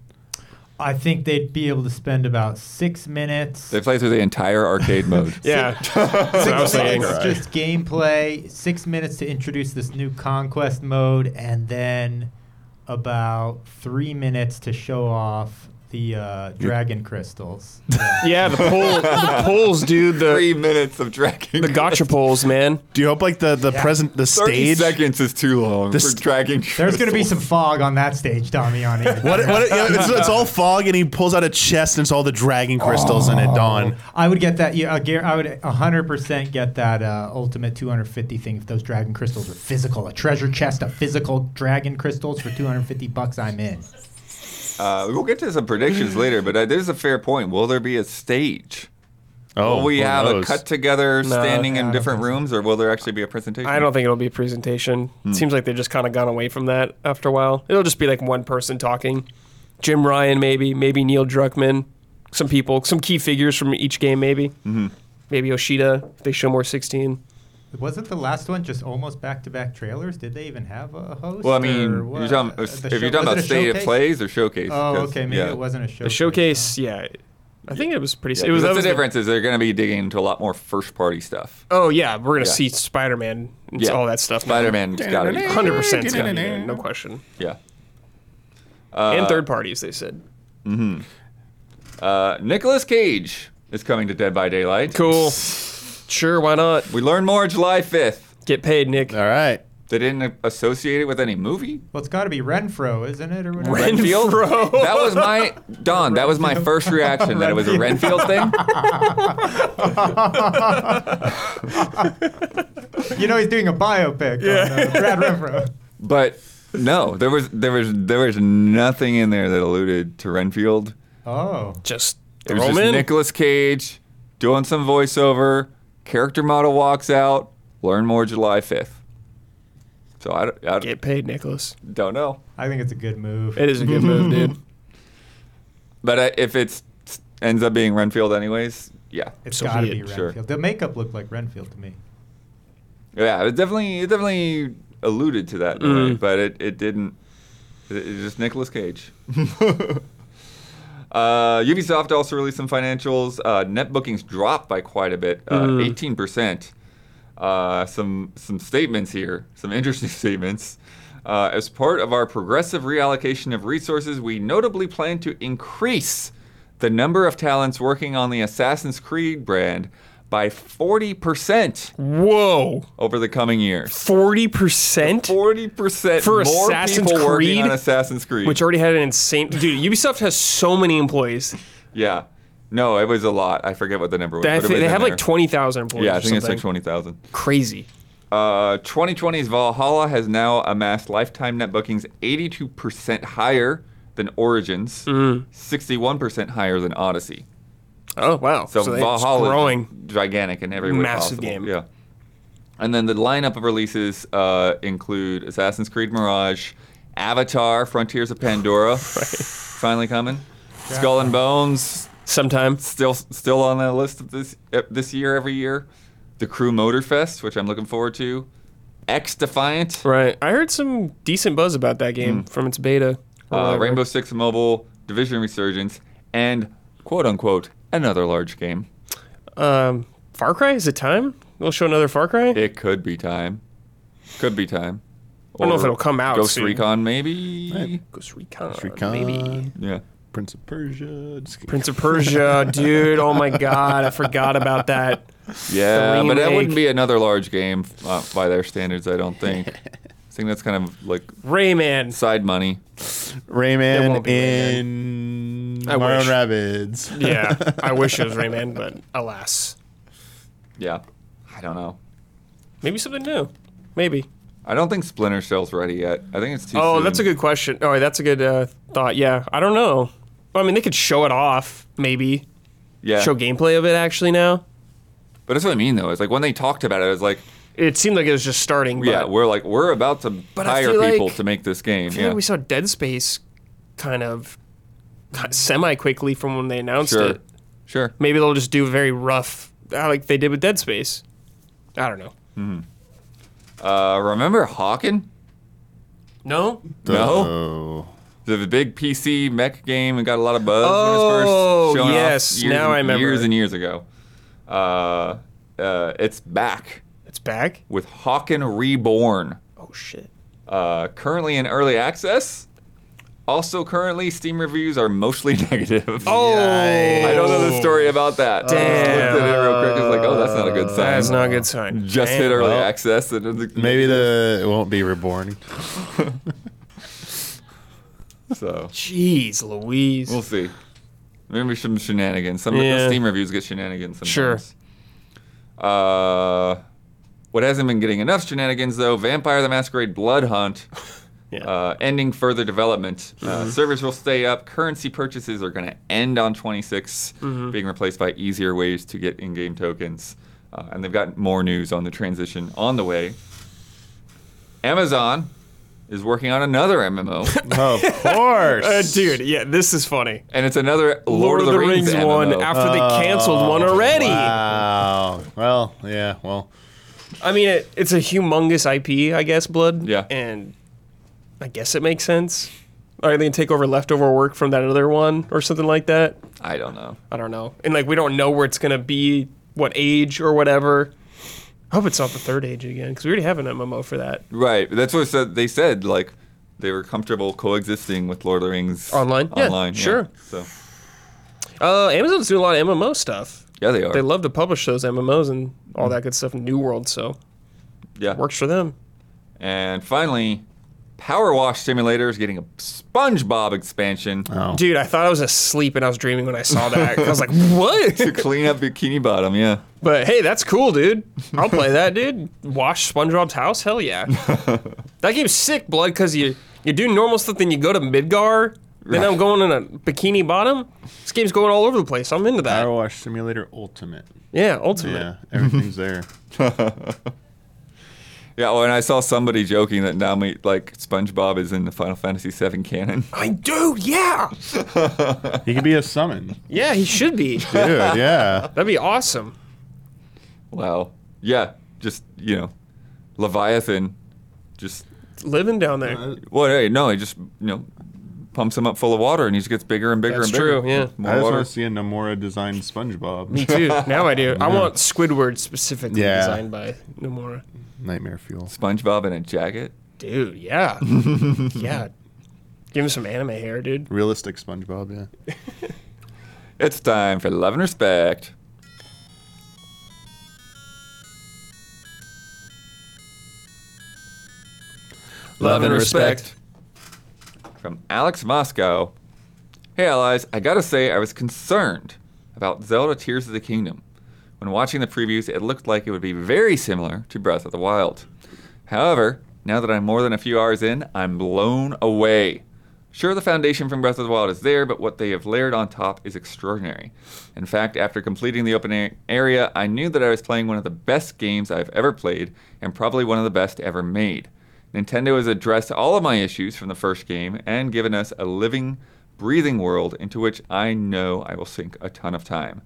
D: I think they'd be able to spend about six minutes.
B: They play through the entire arcade mode.
E: yeah. That's what I was
D: Six
E: thinking.
D: minutes just gameplay. Six minutes to introduce this new conquest mode, and then about three minutes to show off the uh, dragon crystals.
E: Yeah, the poll, the polls, dude. The
B: Three minutes of Dragon.
E: the gotcha polls, man.
C: Do you hope like the the present the
B: Thirty
C: stage?
B: seconds is too long
C: The
B: for
C: st-
B: Dragon.
D: There's gonna be
B: Crystal.
D: some fog on that stage, Damiani.
C: What, what, yeah, it's, it's all fog, and he pulls out a chest, and it's all the dragon crystals in it. Don,
D: I would get that. Yeah, I guar- I would 100% get that uh, ultimate 250 thing if those dragon crystals were physical. A treasure chest of physical dragon crystals for 250 bucks. I'm in.
B: Uh, we'll get to some predictions later, but uh, there's a fair point. Will there be a stage?
C: oh,
B: will we
C: who
B: have
C: knows?
B: a cut together standing
D: yeah, I
B: in
D: don't
B: different
D: think so.
B: rooms, or will there actually be a presentation?
E: I don't think it'll be a presentation.
B: Hmm.
E: It seems like they've just kind of gone away from that after a while. It'll just be like one person talking. Jim Ryan, maybe, maybe Neil Druckmann, some people, some key figures from each game, maybe. Mm-hmm. Maybe Yoshida, if they show more 16.
D: Wasn't the last one just almost back to back trailers? Did they even have a host?
B: Well, I
D: or
B: mean,
D: what?
B: you're talking,
D: Uh,
B: if
D: the
B: you're
D: show-
B: talking
D: was
B: about
D: it a
B: state of
D: showcase?
B: plays or showcase.
D: Oh,
B: 'cause,
D: okay. Maybe
B: yeah.
D: it wasn't a showcase.
E: The showcase, yeah. I think it was pretty.
B: Yeah,
E: it was, that
B: that's
E: was
B: the difference is they're going to be digging into a lot more first party stuff.
E: oh, yeah. We're going to
B: Yeah.
E: see Spider Man and
B: Yeah.
E: all that stuff.
B: Spider Man's got to be
E: 100% it's gotta be there, no question.
B: Yeah.
E: and third parties, they said.
B: Uh, Nicholas Cage is coming to Dead by Daylight.
E: Cool. Sure, why not?
B: We learn more July 5th.
E: Get paid, Nick.
C: all right.
B: They didn't associate it with any movie.
D: Well, it's got to be Renfro, isn't it? Or whatever.
B: Renfield?
E: Renfro.
B: That was my Don. That was my first reaction that it was a Renfield thing.
D: You know, he's doing a biopic on uh, Brad Renfro.
B: But no, there was there was there was nothing in there that alluded to Renfield.
D: Oh.
E: Just
B: It was
E: throw 'em
B: just
E: in.
B: Nicolas Cage doing some voiceover. Character model walks out. Learn more July fifth. So I, don't- I
E: Get paid, Nicholas.
B: don't know.
D: I think it's a good move.
E: It is a good move, dude.
B: But uh, if it ends up being Renfield, anyways, yeah,
D: It's
E: So
D: got to
E: be
D: be
E: it,
D: Renfield.
B: sure.
D: The makeup looked like Renfield to me.
B: yeah, it definitely it definitely alluded to that, in a way, but it it didn't. It, it's just Nicolas Cage. Uh, Ubisoft also released some financials. Uh, net bookings dropped by quite a bit, uh, eighteen percent. Uh, some some statements here, some interesting statements. Uh, as part of our progressive reallocation of resources, we notably plan to increase the number of talents working on the Assassin's Creed brand by forty percent
E: Whoa,
B: over the coming years.
E: forty percent,
B: Forty percent more
E: For Assassin's
B: people working
E: Creed?
B: on Assassin's Creed.
E: which already had an insane dude. Ubisoft has so many employees.
B: yeah, no, it was a lot. I forget what the number was.
E: They,
B: but it was
E: they
B: in
E: have
B: there.
E: like twenty thousand employees.
B: Yeah, I
E: or
B: think it's like
E: something.
B: twenty thousand.
E: Crazy.
B: Uh, 2020's Valhalla has now amassed lifetime net bookings 82% higher than Origins,
E: Mm.
B: 61% higher than Odyssey.
E: Oh wow,
B: So,
E: so, they- it's
B: Valhalla
E: growing.
B: is gigantic in every way
E: Massive
B: possible.
E: game.
B: Yeah. And then the lineup of releases uh, include Assassin's Creed Mirage, Avatar: Frontiers of Pandora, finally coming, Skull and Bones,
E: Sometime.
B: still still on the list of this uh, this year every year. The Crew Motorfest, which I'm looking forward to. X Defiant,
E: Right. I heard some decent buzz about that game from its beta. or
B: Hmm. uh,
E: whatever.
B: Rainbow Six Mobile, Division Resurgence, and quote unquote another large game.
E: Um, Far Cry. Is it time? We'll show another Far Cry.
B: It could be time. Could be time.
E: I don't know if
B: Or
E: it'll come out
B: Ghost
E: soon.
B: Recon, maybe.
E: Ghost Recon.
C: Recon.
E: Maybe.
B: Yeah.
C: Prince of Persia. Just kidding.
E: Prince of Persia, dude. Oh my god, I forgot about that.
B: Yeah,
E: The
B: but that
E: remake.
B: wouldn't be another large game uh, by their standards, I don't think. I think that's kind of like
E: Rayman.
B: side money.
E: It won't
C: Rayman
E: be Rayman.
C: in
E: I
C: Mario
E: wish.
C: and Rabbids.
E: Yeah, I wish it was Rayman, but alas,
B: Yeah, I don't know.
E: maybe something new. Maybe.
B: I don't think Splinter Cell's ready yet. I think it's too.
E: Oh,
B: soon.
E: that's a good question. Oh, that's a good uh, thought. Yeah, I don't know. Well, I mean, they could show it off, maybe.
B: yeah.
E: Show gameplay of it actually now.
B: But that's what I mean though. It's like when they talked about it, it was like,
E: It seemed like it was just starting. But
B: yeah, we're like we're about to
E: I
B: hire
E: feel
B: people
E: like-
B: to make this game.
E: I feel
B: Yeah,
E: like we saw Dead Space kind of semi quickly from when they announced
B: sure,
E: it.
B: sure.
E: Maybe they'll just do very rough, uh, like they did with Dead Space. I don't know.
B: Uh, remember Hawken?
E: No.
B: No,
C: Oh.
B: the big PC mech game and got a lot of buzz when it
E: Oh,
B: was first shown off
E: yes,
B: years
E: now
B: and-
E: I remember.
B: years and years ago. Uh, uh, it's back
E: It's back.
B: with Hawken Reborn.
E: Oh shit.
B: uh, currently in early access. Also, currently, Steam reviews are mostly negative.
E: Oh.
B: I don't know the story about that.
E: Damn.
B: I looked at it real quick. I was like, oh, that's not a good sign.
E: That's not a good sign.
B: Just hit
E: Damn.
B: early
C: Well,
B: access. And it's like-
C: Maybe the it won't be reborn.
B: So
E: Jeez, Louise.
B: we'll see. Maybe some shenanigans. Some
E: Yeah.
B: Steam reviews get shenanigans.
E: Sure.
B: Sometimes. Sure. Uh, what hasn't been getting enough shenanigans though? Vampire the Masquerade Blood Hunt.
E: Yeah.
B: uh, ending further development. Uh, servers will stay up. Currency purchases are going to end on 26, being replaced by easier ways to get in game tokens. Uh, and they've got more news on the transition on the way. Amazon is working on another MMO,
C: of course.
E: Uh, dude, yeah, this is funny.
B: and it's another Lord, of the, Rings, Oh, MMO.
E: one after they canceled one already.
C: Wow. Well, yeah. Well,
E: I mean, it, it's a humongous IP, I guess, Blood.
B: Yeah.
E: And I guess it makes sense. Are they going to take over leftover work from that other one or something like that?
B: I don't know.
E: I don't know. And, like, we don't know where it's going to be, what age or whatever. I hope it's not the third age again because we already have an MMO for that.
B: Right. That's what I said. they said. Like they were comfortable coexisting with Lord of the Rings
E: Online? Yeah,
B: Online.
E: sure.
B: So
E: Uh, Amazon's doing a lot of MMO stuff.
B: yeah, they are.
E: They love to publish those MMOs and all that good stuff in New World, so
B: yeah.
E: works for them.
B: And finally, Power Wash Simulator is getting a SpongeBob expansion
C: oh.
E: Dude, I thought I was asleep and I was dreaming when I saw that. I was like, what?
B: to clean up Bikini Bottom. Yeah,
E: But hey, that's cool, dude. I'll play that, dude. Wash SpongeBob's house? Hell yeah. that game's sick, blood, because you you do normal stuff, then you go to Midgar. Then I'm going in a bikini bottom. This game's going all over the place. I'm into that.
C: Power Wash Simulator Ultimate.
E: Yeah, ultimate.
C: Yeah, everything's there.
B: yeah. Well, and I saw somebody joking that now me like SpongeBob is in the Final Fantasy VII canon.
E: I do, yeah.
C: He could be a summon.
E: Yeah, he should be.
C: Dude, yeah.
E: That'd be awesome.
B: Wow. Yeah. Just you know, Leviathan. Just
E: Living down there.
B: well, hey, no, he just you know pumps him up full of water, and he just gets bigger and bigger
E: That's
B: and bigger.
E: true, yeah.
B: More
C: I just
B: water.
C: want to see a Nomura designed SpongeBob.
E: Me too. Now I do. I want Squidward specifically
C: Yeah.
E: designed by Nomura.
C: Nightmare fuel.
B: SpongeBob in a jacket.
E: Dude, yeah. yeah. Give him some anime hair, dude.
C: Realistic SpongeBob. Yeah.
B: It's time for love and respect.
E: Love and
B: From Alex Moscow. Hey, allies, I gotta say, I was concerned about Zelda Tears of the Kingdom. When watching the previews, it looked like it would be very similar to Breath of the Wild. However, now that I'm more than a few hours in, I'm blown away. Sure, the foundation from Breath of the Wild is there, but what they have layered on top is extraordinary. In fact, after completing the open a- area, I knew that I was playing one of the best games I've ever played, and probably one of the best ever made. Nintendo has addressed all of my issues from the first game and given us a living, breathing world into which I know I will sink a ton of time.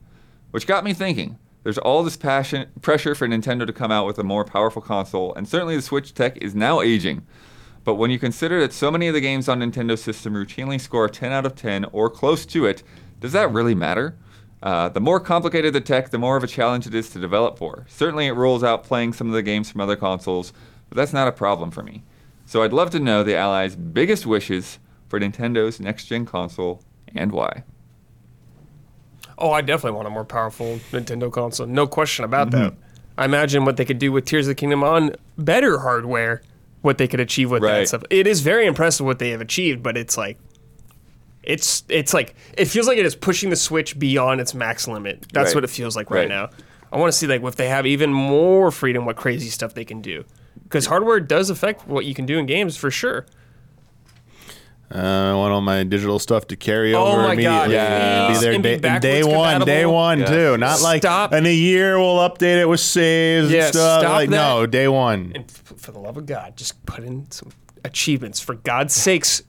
B: Which got me thinking. There's all this passion, pressure for Nintendo to come out with a more powerful console, and certainly the Switch tech is now aging. But when you consider that so many of the games on Nintendo's system routinely score 10 out of 10 or close to it, does that really matter? Uh, the more complicated the tech, the more of a challenge it is to develop for. Certainly, it rules out playing some of the games from other consoles, but that's not a problem for me. So I'd love to know the Allies' biggest wishes for Nintendo's next gen console and why?
E: Oh, I definitely want a more powerful Nintendo console. No question about that. I imagine what they could do with Tears of the Kingdom on better hardware, what they could achieve with
B: Right.
E: that stuff. It is very impressive what they have achieved, but it's like it's it's like it feels like it is pushing the Switch beyond its max limit. That's
B: Right.
E: what it feels like right,
B: Right.
E: now. I want to see like if they have even more freedom, what crazy stuff they can do. Because hardware does affect what you can do in games for sure.
C: Uh, I want all my digital stuff to carry
E: Oh
C: over
E: my God,
C: immediately.
B: yeah.
C: Be there
E: Uh, And be
C: day, and
E: backwards
C: day one, day
E: compatible.
C: one
B: Yeah.
C: too. Not like
E: Stop.
C: in a year we'll update it with saves
E: Yeah,
C: and stuff.
E: stop
C: like
E: that.
C: no, day one.
E: And f- for the love of God, just put in some achievements. For God's sakes,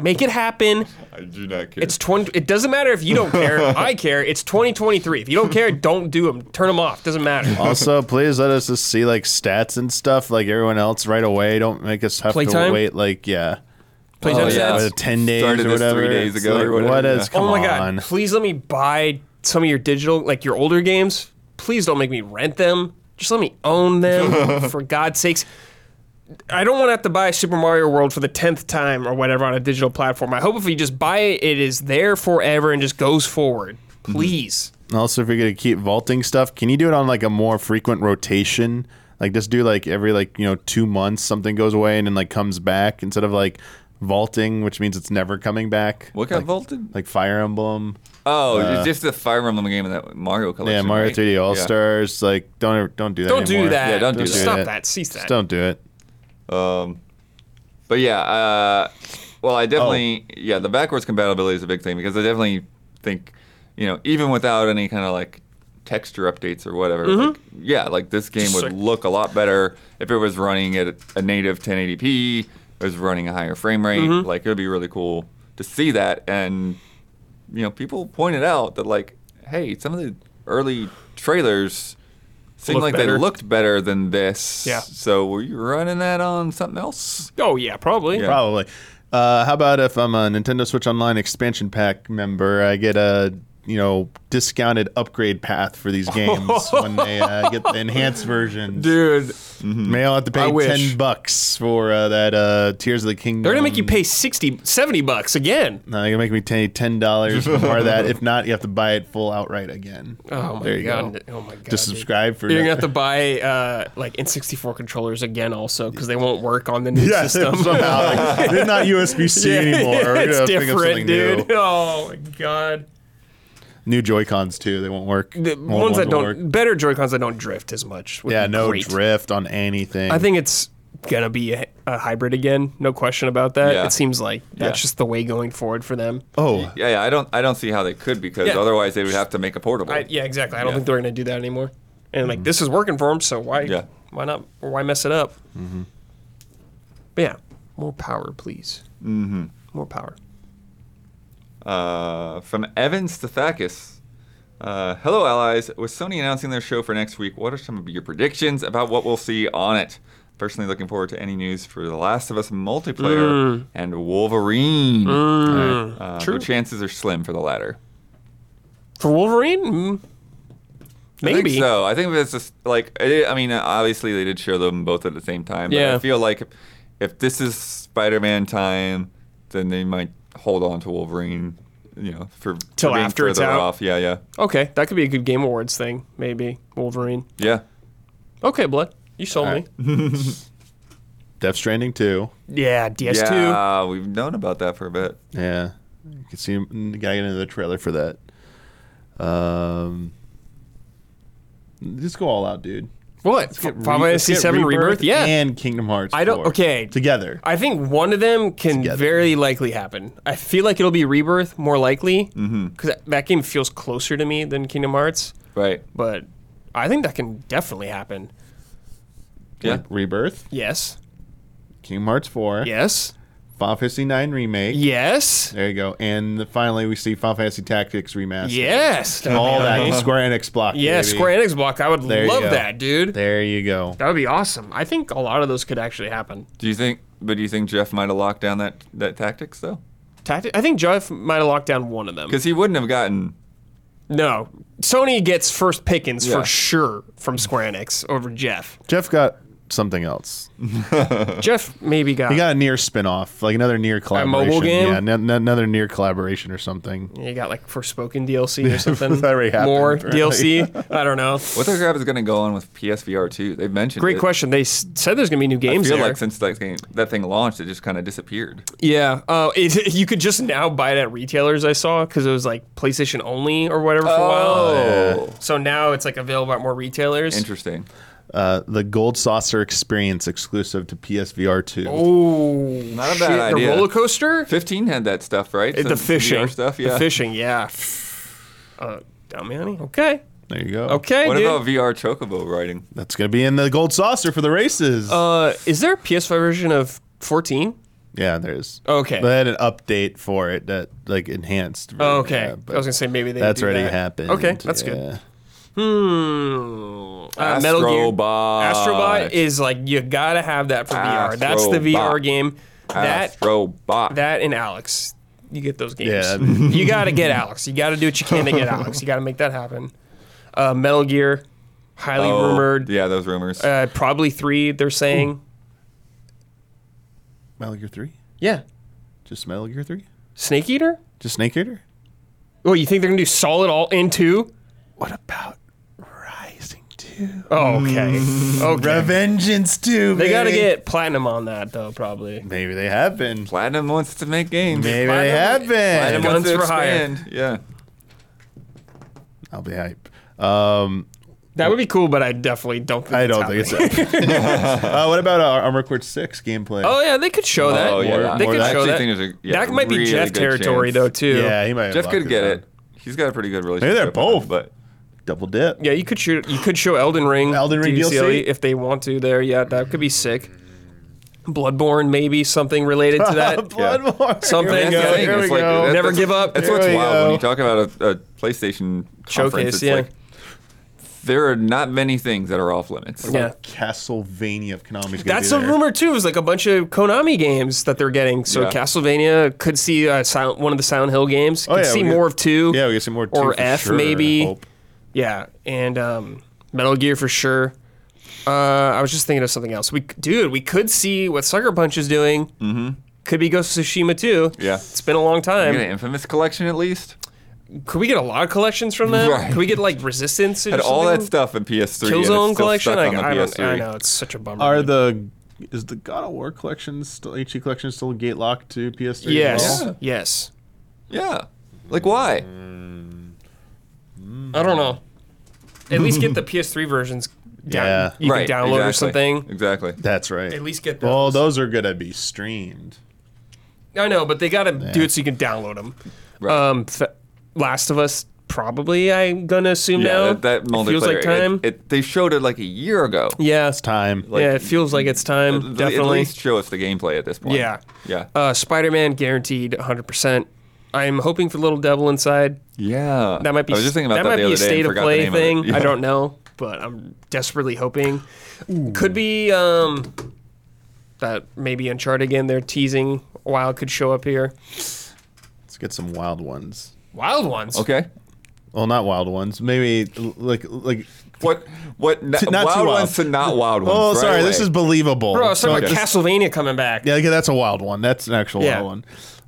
E: make it happen.
B: I do not care.
E: It's twenty. It doesn't matter if you don't care. I care. It's 2023. If you don't care, don't do them. Turn them off. Doesn't matter.
C: also, please let us just see like stats and stuff like everyone else right away. Don't make us have
E: Playtime?
C: to wait like yeah,
E: Playtime
B: Oh, yeah.
E: stats?
C: uh, ten days
B: Started
C: or
B: this three
C: whatever.
B: days
C: It's
B: ago
C: like,
B: or whatever,
C: What is?
B: yeah.
C: Come
E: oh my
C: on.
E: God! Please let me buy some of your digital, like your older games. Please don't make me rent them. Just let me own them. for God's sakes. I don't want to have to buy Super Mario World for the tenth time or whatever on a digital platform. I hope if you just buy it, it is there forever and just goes forward. Please.
C: And Also, if you're gonna keep vaulting stuff, can you do it on like a more frequent rotation? Like just do like every like you know two months something goes away and then like comes back instead of like vaulting, which means it's never coming back.
B: what got
C: like,
B: vaulted?
C: Like Fire Emblem,
B: Oh, it's just the Fire Emblem game in that Mario collection.
C: Uh, yeah, Mario
B: right?
C: 3D All
B: Yeah.
C: Stars. Like don't ever, don't do that.
E: Don't do
C: anymore.
E: that.
B: Yeah, don't do
E: Just
B: that.
E: Stop
C: Yeah.
E: that. Cease that.
C: Just don't do it.
B: But yeah, uh, well, I definitely
E: Oh.
B: yeah, the backwards compatibility is a big thing because I definitely think you know even without any kind of like texture updates or whatever, like, yeah, like this game
E: Mm-hmm. Just
B: would
E: like-
B: look a lot better if it was running at a native 1080p, it was running a higher frame rate.
E: Mm-hmm.
B: Like it would be really cool to see that, and you know, people pointed out that like, hey, some of the early trailers. Seemed
E: Look
B: like they
E: better.
B: looked better than this.
E: Yeah.
B: So were you running that on something else?
E: Oh yeah, probably.
B: Yeah.
C: Probably. Uh, how about if I'm a Nintendo Switch Online expansion pack member, I get a you know discounted upgrade path for these games when they uh, get the enhanced versions.
E: Dude,
B: Hmm.
C: May I have to
E: I
C: pay
E: wish.
C: ten bucks for uh, that uh, Tears of the Kingdom?
E: they're gonna make you pay 60, 70 bucks again.
C: No, they're gonna make me pay ten dollars for part of that. If not, you have to buy it full outright again.
E: Oh my
C: there you
E: god!
C: go.
E: Oh my god!
C: Just
E: dude.
C: subscribe for.
E: You're gonna have to buy uh, like N64 controllers again, also, because they won't work on the new
C: yeah,
E: system.
C: somehow like, they're not USB C anymore. We're gonna
E: it's
C: have to pick up something
E: different, dude.
C: New,
E: Oh my god!
C: new Joy Cons too. They won't work.
E: The
C: Won't-
E: ones
C: won't
E: that don't
C: work.
E: better Joy Cons that don't drift as much. would
C: Yeah,
E: be
C: no
E: great.
C: drift on anything.
E: I think it's gonna be a, a hybrid again. No question about that.
B: Yeah.
E: It seems like that's
B: Yeah.
E: just the way going forward for them.
C: Oh,
B: Yeah, yeah, I don't, I don't see how they could because
E: Yeah.
B: otherwise they would have to make a portable.
E: I, yeah, exactly. I don't
B: Yeah.
E: think they're gonna do that anymore. And
C: Mm-hmm.
E: like this is working for them, so why
B: Yeah.
E: why not or why mess it up? Mm-hmm. But yeah, more power, please. Mm-hmm. More power.
B: Uh, from Evan Stathakis. Uh, hello, allies. With Sony announcing their show for next week, what are some of your predictions about what we'll see on it? Personally, looking forward to any news for The Last of Us multiplayer and Wolverine. All right. Uh,
E: Mm. True.
B: The chances are slim for the latter.
E: For Wolverine, mm,
B: I think
E: maybe.
B: so. I think it's just like I I mean, obviously they did show them both at the same time. But I
E: Yeah.
B: feel like if, if this is Spider-Man time, then they might hold on to Wolverine. You know, for for
E: Till
B: being
E: after it's
B: further
E: out?
B: Off. Yeah, yeah,
E: Okay, that could be a good Game Awards thing. Maybe Wolverine.
B: yeah.
E: Okay, blood. You sold me.
C: Death Stranding too.
E: Yeah, DS2.
B: Yeah, we've known about that for a bit.
C: Yeah, you can see him- the guy in the trailer for that. Um, just go all out, dude.
E: What?
C: Get
E: Final
C: re-
E: Fantasy
C: let's get
E: VII Rebirth? Yeah.
C: and Kingdom Hearts.
E: I don't-
C: 4
E: okay.
C: together.
E: I think one of them can
C: Together.
E: very likely happen. I feel like it'll be Rebirth more likely because
C: Mm-hmm.
E: that, that game feels closer to me than Kingdom Hearts.
B: Right.
E: But I think that can definitely happen.
B: Yeah.
C: Rebirth,
E: Yes.
C: Kingdom Hearts four,
E: Yes.
C: Final Fantasy nine remake.
E: Yes.
C: There you go. And the, finally, we see Final Fantasy Tactics remastered.
E: Yes. That'd be
C: all that
E: amazing.
C: Square Enix block.
E: Yeah,
C: baby.
E: Square Enix block. I would
C: There you
E: love
C: go.
E: that, dude.
C: There you go.
E: That would be awesome. I think a lot of those could actually happen.
B: Do you think? But do you think Jeff might have locked down that that tactics though?
E: Tacti- I think Jeff might have locked down one of them.
B: Because he wouldn't have gotten.
E: No, Sony gets first pickings
B: Yeah.
E: for sure from Square Enix over Jeff.
C: Jeff got something else.
E: Jeff maybe got.
C: He got a near spinoff, like another near collaboration.
E: game?
C: Yeah, n- n- another near collaboration or something.
E: you got like Forspoken DLC or something.
C: that already happened,
E: More
C: apparently.
E: DLC. I don't know.
B: What the crap is going to go on with PSVR 2? They've mentioned
E: Great
B: it.
E: question. They s- said there's gonna be new
B: I
E: games
B: feel
E: there.
B: like since that, game, that thing launched, it just kind of disappeared.
E: yeah, uh, it, you could just now buy it at retailers. I saw because it was like PlayStation only or whatever for a while.
B: Oh,
E: So now it's like available at more retailers.
B: interesting.
C: Uh, the Gold Saucer Experience exclusive to PSVR 2.
E: Oh,
B: Not a
E: shit,
B: bad idea.
E: The roller coaster.
B: 15 had that stuff, right?
E: It-
B: Some
E: the
B: VR
E: fishing
B: stuff, yeah.
E: The fishing, yeah. Uh, dummy, honey. Okay,
C: There you go.
E: okay,
B: What
E: dude.
B: about VR chocobo riding?
C: That's going to be in the Gold Saucer for the races.
E: uh, is there a PS5 version of 14?
C: yeah, there is.
E: Okay.
C: They had an update for it that, like, enhanced. version,
E: Oh, okay.
C: yeah, but
E: I was gonna say maybe they.
C: that's
E: do
C: already
E: that.
C: happened.
E: Okay, that's good.
C: yeah.
E: Hmm. Uh, Metal Gear.
B: Astrobot.
E: Astrobot is like you gotta have that for VR. That's the VR
B: Astrobot.
E: game. That
B: Astrobot.
E: that and Alex. You get those games.
C: Yeah.
E: you gotta get Alex. You gotta do what you can to get Alex. You gotta make that happen. Uh, Metal Gear, highly
B: Oh,
E: rumored.
B: Yeah, those rumors.
E: Uh, probably three. They're saying.
C: Metal Gear 3?
E: Yeah.
C: Just Metal Gear 3?
E: Snake Eater?
C: Just Snake Eater?
E: Oh, you think they're gonna do Solid All in two?
C: What about Rising 2?
E: Oh, okay. okay.
C: Revengeance 2.
E: They gotta
C: baby.
E: get platinum on that though, probably.
C: Maybe they have been.
B: Platinum wants to make games.
C: Maybe they
E: Platinum-
C: have
B: Platinum
C: been.
E: Platinum-
B: wants to
E: Guns for hire.
B: expand. Yeah.
C: I'll be hype. Um,
E: That would be cool, but I definitely don't think
C: I
E: it's
C: don't
E: happening.
C: think it's. uh, what about uh, Armor Core 6 gameplay?
E: Oh yeah, they could show that.
B: Oh, yeah.
E: They
C: More than-
E: could show
B: I actually
E: that.
B: think there's a- yeah,
E: that might be
B: really
E: Jeff
B: good
E: territory
B: chance.
E: though too.
C: Yeah, he might. have
B: Jeff
C: locked
B: could get
C: down.
B: it. He's got a pretty good relationship.
C: they're
B: with
C: both.
B: him, But
C: Double dip.
E: Yeah, you could shoot. You could show Elden Ring,
C: Elden Ring DLC?
E: E if they want to. There, yeah, that could be sick. Bloodborne, maybe something related to that.
C: Bloodborne.
B: that's the
C: Here we
E: Something. go,
B: thing.
E: here
B: it's
C: we
B: like,
C: go.
B: that-
E: Never
B: that's-
E: give up.
B: That's what's
C: Here we
B: wild when you
C: go.
B: talk about a, a PlayStation
E: Showcase,
B: conference. It's
E: yeah.
B: like there are not many things that are off limits.
E: Yeah,
C: Castlevania of Konami's. gonna
E: that's
C: be
E: a
C: there.
E: rumor too. Is like a bunch of Konami games that they're getting. So
B: Yeah.
E: Castlevania could see uh, Silent, one of the Silent Hill games.
B: Oh,
E: Could
C: Oh, yeah,
E: see
C: we
E: more
C: get-
E: of two.
C: Yeah, we get some more. two
E: Or
C: for
E: F,
C: sure, I
E: maybe.
C: hope.
E: Yeah, and um, Metal Gear for sure. Uh, I was just thinking of something else. We, dude, we could see what Sucker Punch is doing. Mm-hmm. Could be Ghost of Tsushima too.
B: Yeah.
E: it's been a long
B: You get
E: time.
B: an infamous collection at least.
E: Could we get a lot of collections from them?
B: Right.
E: Could we get like Resistance and
B: Had all that stuff in PS3. and it's still
E: Killzone collection?
B: Stuck on
E: Like,
B: the
E: I, don't,
B: PS3.
E: I know it's such a bummer.
C: Are
E: dude.
C: the is the God of War collection still HD collection still gate locked to PS3? as
E: yes,
C: well?
B: Yeah.
E: yes.
B: Yeah. Like why?
E: I don't know. At least get the PS3 versions. Down,
C: Yeah.
E: you
B: right.
E: can download
B: exactly.
E: or something.
B: Exactly.
C: That's right.
E: At least get those.
C: Well, those are gonna be streamed.
E: I know, but they gotta do it so you can download them.
B: Right.
E: Um, th- Last of Us, probably. I'm gonna assume now.
B: that, that
E: It
B: multiplayer.
E: feels like
B: it-
E: time.
B: It, they showed it like a year ago.
E: yeah,
C: Time.
B: Like,
E: yeah, it feels like it's time.
B: At
E: definitely.
B: least show us the gameplay at this point.
E: Yeah.
B: Yeah.
E: Uh, Spider-Man guaranteed 100. percent I'm hoping for Little Devil Inside.
B: yeah.
E: That might be
B: I was just thinking about
E: that,
B: that,
E: might
B: the other
E: be a
B: day and
E: state of
B: forgot the
E: play
B: name it.
E: thing.
B: Yeah.
E: I don't know, but I'm desperately hoping. Could be um, that maybe Uncharted again. They're teasing Wild could show up here.
C: Let's get some wild ones.
E: Wild ones.
B: Okay.
C: Well, not wild ones. Maybe l- like like.
B: What? What? Na-
C: Not too
B: wild,
C: wild.
B: ones to not wild ones.
C: Oh,
B: right
C: sorry. This
B: away.
C: is believable.
E: Bro, I was
C: So,
E: talking
C: like,
E: about
C: this-
E: Castlevania coming back.
C: Yeah, okay, that's a wild one. That's an actual
E: Yeah.
C: wild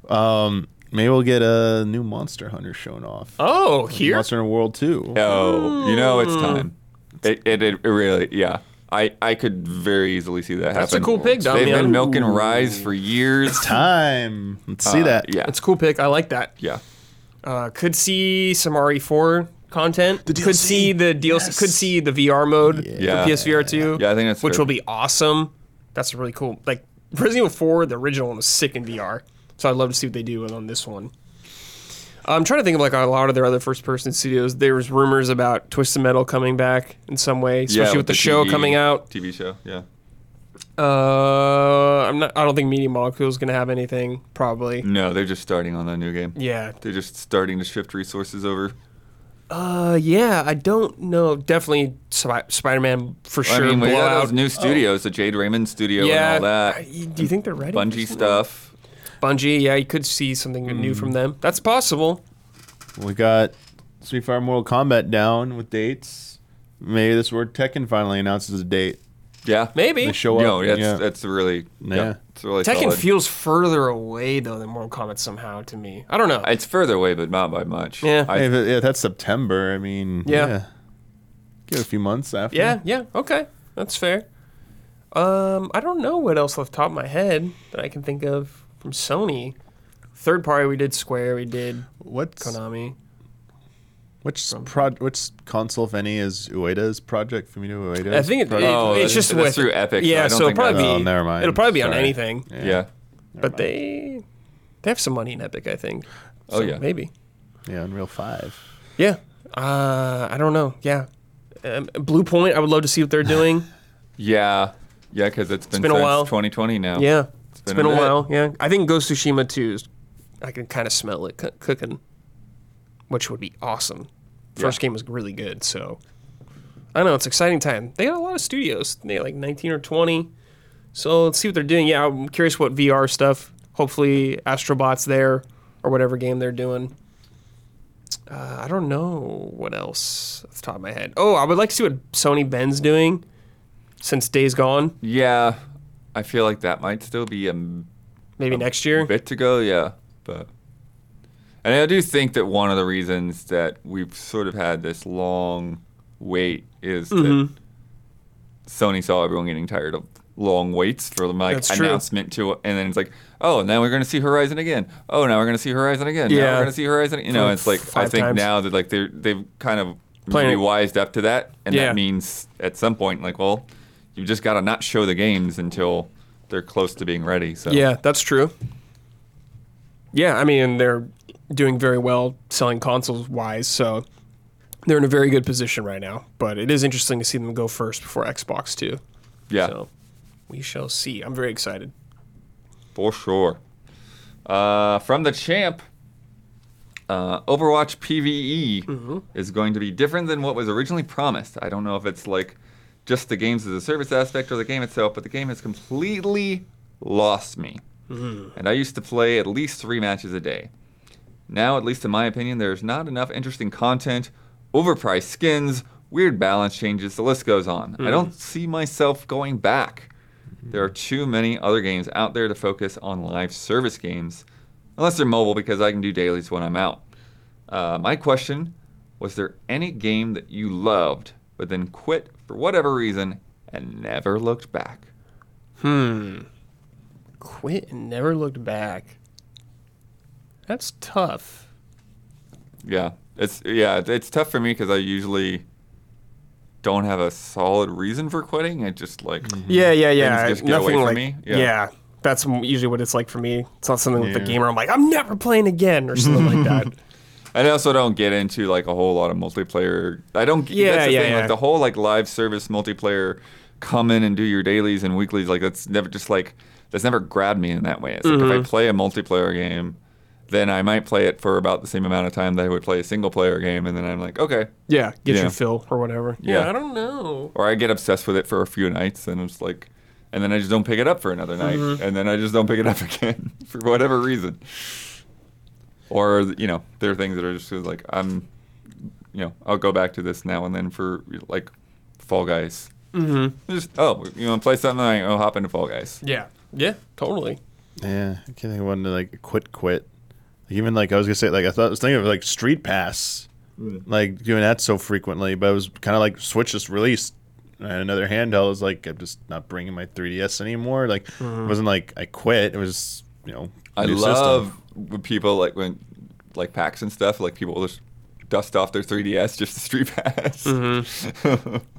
C: one. Um, maybe we'll get a new Monster Hunter shown off.
E: Oh, here?
C: Monster Hunter World Two.
B: Oh, you know
E: Mm.
B: it's time. It, it, it really, yeah. I, I could very easily see that happen.
E: That's a cool pick,
B: They've
E: Damian.
B: been milking Rise for years.
C: Time. Let's see
B: Uh,
C: that.
B: Yeah.
E: That's a cool pick. I like that.
B: yeah.
E: Uh, could see some RE4 content. Could see the DLC.
C: Yes.
E: Could see the VR mode
B: Yeah.
E: for PSVR 2.
B: Yeah, I think that's
E: Which
B: fair.
E: will be awesome. That's really cool. Like, Resident Evil 4, the original one was sick in VR. So I'd love to see what they do on this one. I'm trying to think of like a lot of their other first person studios. There was rumors about Twisted Metal coming back in some way, especially
B: yeah,
E: with, the, show
B: TV
E: coming out.
B: TV show, yeah.
E: Uh, I'm not. I don't think Media Molecule is gonna have anything. Probably.
B: No, they're just starting on that new game.
E: Yeah.
B: They're just starting to shift resources over.
E: Uh, yeah. I don't know. Definitely Spi- Spider-Man for sure.
B: I mean, we got
E: Blowout.
B: those new studios, the Jade Raymond studio
E: yeah.
B: and all
E: I-
B: that.
E: do you think they're ready? for
B: Bungie
E: something?
B: stuff.
E: Bungie. Yeah, you could see something new
B: Hmm.
E: from them. That's possible.
C: We got Street Fighter Mortal Kombat down with dates. Maybe this word Tekken finally announces a date.
B: Yeah.
E: Maybe.
C: They show up.
B: No, that's,
C: yeah.
B: that's really. Yeah.
C: Yeah.
B: It's really
E: Tekken
B: solid.
E: feels further away though than Mortal Kombat somehow to me. I don't know.
B: It's further away, but not by much.
E: Yeah.
B: I,
C: Hey, but, yeah, that's September. I mean,
E: Yeah.
C: yeah. Give it a few months after.
E: yeah, yeah, okay, that's fair. Um, I don't know what else off the top of my head that I can think of from Sony. Third party, we did Square, we did
C: What's
E: Konami.
C: which pro- which console, if any, is Ueda's project? Fumito Ueda.
E: I think it, it-
B: Oh, that's-
E: it's just
B: that's
E: with,
B: through Epic, so
E: Yeah,
B: I don't
E: so it'll
B: think that's-
E: probably
C: Oh,
E: be,
C: never mind.
E: It'll probably be on
C: Sorry.
E: anything,
B: yeah.
E: but they they have some money in Epic, I think.
B: Oh,
E: So
B: yeah.
E: maybe.
C: yeah, Unreal Five.
E: Yeah. Uh, I don't know. Yeah. Um, Blue Point, I would love to see what they're doing.
B: Yeah. Yeah, because it's been,
E: been a
B: since
E: while.
B: 2020 now.
E: yeah.
B: Oh. It's
E: It's
B: been
E: been
B: a
E: a
B: bit.
E: while. Yeah. I think Ghost of Tsushima 2 is, I can kind of smell it coo- cooking, which would be awesome. First game was really good, so I don't know. It's exciting time. They got a lot of studios. They got like 19 or 20. So let's see what they're doing. Yeah, I'm curious what VR stuff. Hopefully, Astrobot's there or whatever game they're doing. Uh, I don't know what else off the top of my head. Oh, I would like to see what Sony Ben's doing since Days Gone.
B: Yeah. I feel like that might still be a m- Oh.
E: Maybe next year.
B: bit to go. Yeah. But. And I do think that one of the reasons that we've sort of had this long wait is
E: Mm-hmm.
B: that Sony saw everyone getting tired of long waits for like
E: That's true.
B: announcement to and then it's like oh now we're going to see horizon again oh now we're going to see horizon again now
E: Yeah.
B: we're going to see horizon you know
E: For
B: it's like i
E: five
B: think
E: times.
B: now that like they're they've kind of
E: Playing
B: really
E: it-
B: wised up to that and
E: Yeah.
B: that means at some point like well you just got to not show the games until they're close to being ready so
E: Yeah, that's true. Yeah, I mean they're doing very well selling consoles wise, so they're in a very good position right now. But it is interesting to see them go first before Xbox too.
B: yeah
E: So we shall see. I'm very excited.
B: For sure. Uh, from the champ, uh, Overwatch PVE is going to be different than what was originally promised. I don't know if it's like just the games as a service aspect or the game itself, but the game has completely lost me. And I used to play at least three matches a day. Now, at least in my opinion, there's not enough interesting content, overpriced skins, weird balance changes, the list goes on. I don't see myself going back. There are too many other games out there to focus on live service games, unless they're mobile because I can do dailies when I'm out. Uh, my question was there any game that you loved but then quit for whatever reason and never looked back?
E: Hmm. Quit and never looked back. That's tough.
B: Yeah, it's yeah, it- it's tough for me because I usually don't have a solid reason for quitting. I just like
E: Yeah, yeah, yeah.
B: Things just get away
E: Nothing
B: from
E: like
B: me.
E: Yeah.
B: Yeah.
E: That's m- usually what it's like for me. It's not something with the gamer. I'm like, I'm never playing again or something like that.
B: And I also don't get into like a whole lot of multiplayer. I don't.
E: Yeah,
B: that's the
E: yeah,
B: thing.
E: yeah.
B: Like the whole like live service multiplayer, come in and do your dailies and weeklies. Like that's never just like that's never grabbed me in that way. It's like
E: Mm-hmm.
B: if I play a multiplayer game, then I might play it for about the same amount of time that I would play a single player game, and then I'm like, okay.
E: Yeah, get
B: Yeah.
E: your fill or whatever.
B: Yeah.
E: yeah, I don't know.
B: Or I get obsessed with it for a few nights, and it's like, and then I just don't pick it up for another night, and then I just don't pick it up again for whatever reason. Or you know, there are things that are just like I'm you know, I'll go back to this now and then for like Fall Guys. Mm-hmm. Just oh, you want to play something? I will hop into Fall Guys.
E: Yeah. Yeah, totally.
C: Yeah, I can't think of one to like quit, quit. Like, even like I was gonna say, like I thought I was thinking of like Street Pass, like doing that so frequently, but it was kind of like Switch just released and another handheld. I was like, I'm just not bringing my 3DS anymore. Like it wasn't like I quit. It was you know
B: I
C: new system.
B: love when people like when like packs and stuff. Like people will just dust off their 3ds just to street pass.
E: Mm-hmm.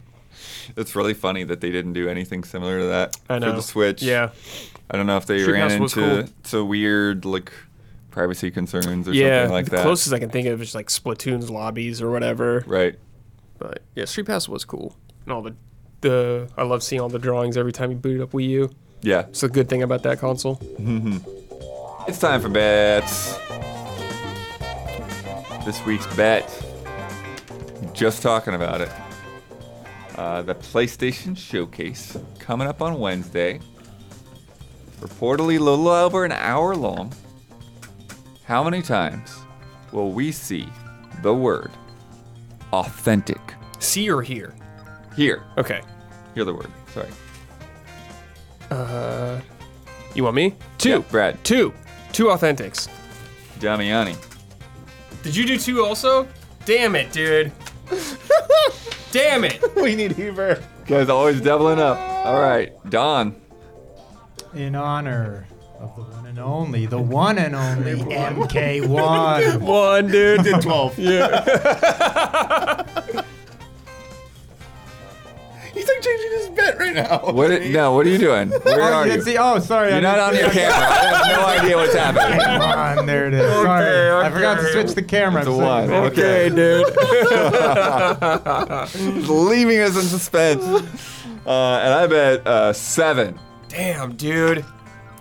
B: it's really funny that they didn't do anything similar to that
E: I know.
B: for the Switch.
E: Yeah.
B: I don't know if they
E: Street
B: ran
E: Pass was
B: into
E: cool.
B: to weird like privacy concerns or
E: yeah.
B: something like
E: the
B: that.
E: closest I can think of is like Splatoon's lobbies or whatever.
B: Right.
E: But yeah, Street Pass was cool. And all the the I love seeing all the drawings every time you boot up Wii U.
B: Yeah.
E: It's a good thing about that console.
B: It's time for bets. This week's bet. Just talking about it. Uh, the PlayStation Showcase coming up on Wednesday. Reportedly, a little over an hour long. How many times will we see the word authentic
E: See or hear.
B: here?
E: Okay.
B: Hear the word. Sorry.
E: Uh, you want me? Two.
B: Yeah, Brad.
E: Two. Two authentics.
B: Damiani.
E: Did you do two also? Damn it, dude. Damn it.
C: we need Heber.
B: Guys, always doubling up. All right, Don.
D: in honor of the one and only, the one and only MK1.
E: One, dude.
C: Did 12.
E: Yeah.
C: He's like changing his bet right now.
B: What? i- no, what are you doing? Where
D: Oh,
B: are
D: you
B: you?
D: can see- oh, sorry. I
B: You're not on
D: didn't
B: your
D: see-
B: camera. I have no idea what's happening.
D: Come on, there it is. Sorry. I forgot to
E: okay.
D: switch the camera.
B: It's a
D: I'm sorry.
B: one. Okay,
E: dude.
B: He's leaving us in suspense. Uh, and I bet uh, seven.
E: Damn, dude.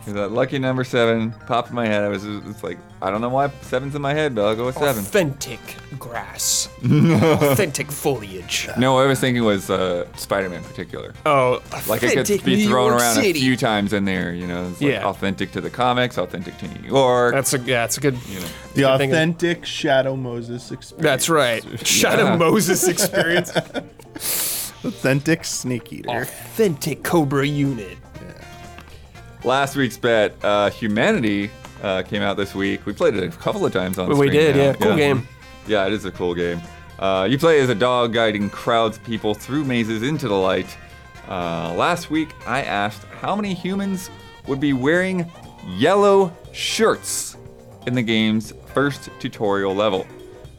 B: Is That lucky number seven popped in my head. I was just, it's like I don't know why seven's in my head, but I'll go with
E: Oh,
B: seven.
E: Authentic grass. Authentic foliage.
B: No, what I was thinking was uh, Spider-Man in particular.
E: Oh,
B: Like it
E: authentic
B: could be
E: New
B: thrown
E: York
B: around
E: City.
B: a few times in there, you know. It's like
E: Yeah.
B: authentic to the comics, authentic to New York.
E: That's a yeah. That's a good.
B: you know.
C: The
E: Good thing-
C: authentic Shadow Moses experience.
E: That's right. Shadow
B: Yeah.
E: Moses experience.
C: Authentic Snake Eater.
E: authentic Cobra unit.
B: Last week's bet, uh, Humanity, uh, came out this week. We played it a couple of times on.
E: We- we
B: screen
E: did,
B: now.
E: yeah. Cool game.
B: Yeah, it is a cool game. Uh, you play as a dog guiding crowds of people through mazes into the light. Uh, last week, I asked how many humans would be wearing yellow shirts in the game's first tutorial level.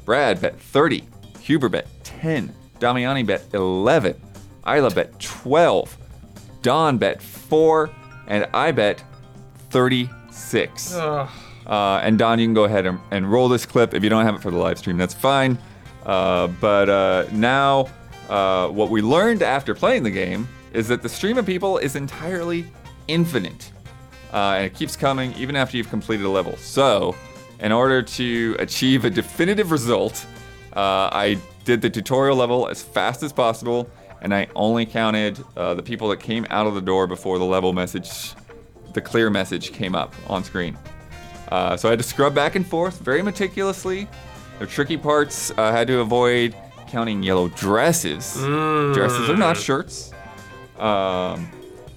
B: Brad bet 30, Huber bet 10, Damiani bet 11, Isla bet 12, Don bet 4, and I bet 36. Uh, and Don, you can go ahead and, and roll this clip. If you don't have it for the live stream, that's fine. Uh, but uh, now, uh, what we learned after playing the game is that the stream of people is entirely infinite. Uh, and it keeps coming even after you've completed a level. So, in order to achieve a definitive result, uh, I did the tutorial level as fast as possible, and I only counted uh, the people that came out of the door before the level message, the clear message came up on screen. Uh, so I had to scrub back and forth very meticulously. The tricky parts uh, I had to avoid counting yellow dresses. Dresses are not shirts. Um,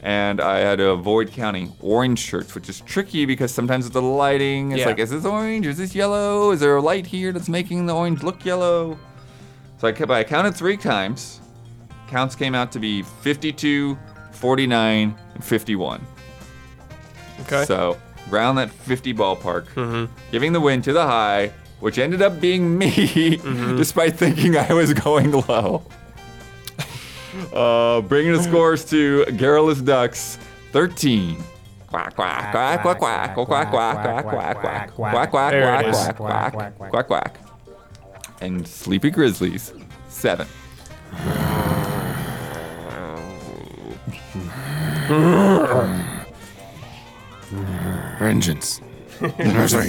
B: and I had to avoid counting orange shirts, which is tricky because sometimes with the lighting, it's
E: Yeah.
B: like, is this orange? Is this yellow? Is there a light here that's making the orange look yellow? So I, kept, I counted three times. Counts came out to be 52, 49, and 51.
E: Okay. Mm-hmm.
B: So round that 50 ballpark, giving the win to the high, which ended up being me,
E: Mm-hmm.
B: despite thinking I was going low. uh, bringing the scores to Garrulous Ducks 13. Quack quack quack quack quack quack quack quack quack quack quack quack
E: There it is.
B: quack quack quack quack quack and Sleepy Grizzlies seven.
F: Vengeance. Nursery.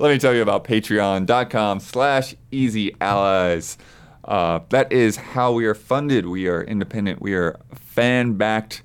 B: let me tell you about patreon.com slash easy allies uh, that is how we are funded we are independent we are a fan-backed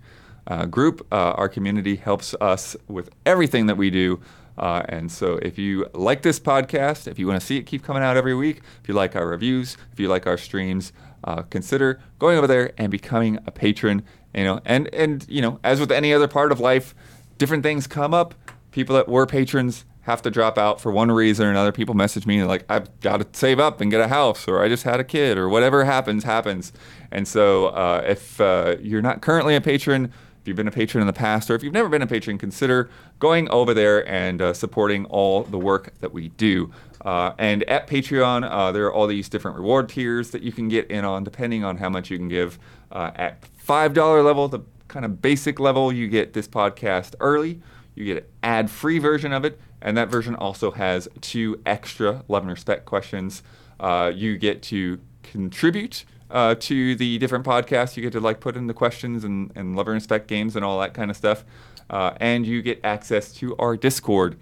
B: uh, group uh, our community helps us with everything that we do uh, and so if you like this podcast if you want to see it keep coming out every week if you like our reviews if you like our streams uh, consider going over there and becoming a patron you know and and you know as with any other part of life different things come up people that were patrons have to drop out for one reason or another. People message me and like, I've got to save up and get a house, or I just had a kid, or whatever happens, happens. And so, uh, if uh, you're not currently a patron, if you've been a patron in the past, or if you've never been a patron, consider going over there and uh, supporting all the work that we do. Uh, and at Patreon, uh, there are all these different reward tiers that you can get in on, depending on how much you can give. Uh, at $5 level, the kind of basic level, you get this podcast early. You get an ad free version of it, and that version also has two extra love and respect questions. Uh, you get to contribute uh, to the different podcasts. You get to like put in the questions and, and love and respect games and all that kind of stuff. Uh, and you get access to our Discord,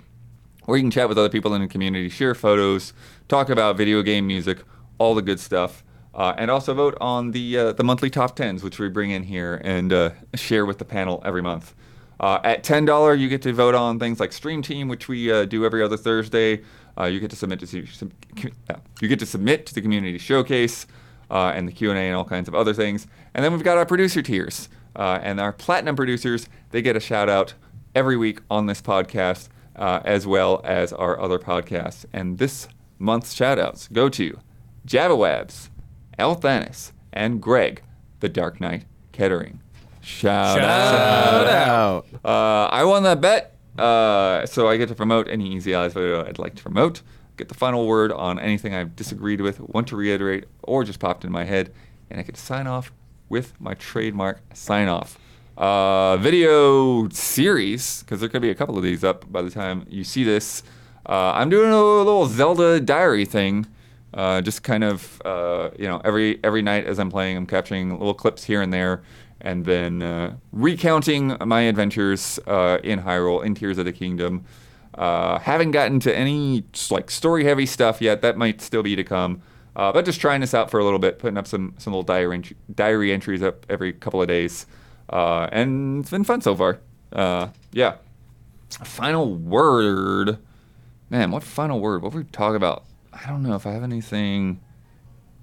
B: where you can chat with other people in the community, share photos, talk about video game music, all the good stuff, uh, and also vote on the uh, the monthly top tens, which we bring in here and uh, share with the panel every month. Uh, at ten dollar, you get to vote on things like Stream Team, which we uh, do every other Thursday. Uh, you get to submit to see- sub- com- uh, you get to submit to the community showcase. uh, and the Q and A and all kinds of other things. And then we've got our producer tiers, uh, and our platinum producers they get a shout out every week on this podcast, uh, as well as our other podcasts. And this month's shout outs go to Javawabs, El Thanis, and Greg, the Dark Knight Kettering. Shout, out.
C: Out.
B: Uh, I won that bet, uh, so I get to promote any Easy Allies video I'd like to promote. Get the final word on anything I've disagreed with, want to reiterate, or just popped in my head, and I get to sign off with my trademark sign off. Uh, video series, because there could be a couple of these up by the time you see this. Uh, I'm doing a little Zelda diary thing. Uh, just kind of, uh, you know, every every night as I'm playing, I'm capturing little clips here and there, and then uh, recounting my adventures uh, in Hyrule, in Tears of the Kingdom. Uh, haven't gotten to any like story-heavy stuff yet. That might still be to come. Uh, but just trying this out for a little bit, putting up some some little diary ent- diary entries up every couple of days, uh, and it's been fun so far. Uh, yeah. Final word. Man, what final word? What were we talking about? I don't know if I have anything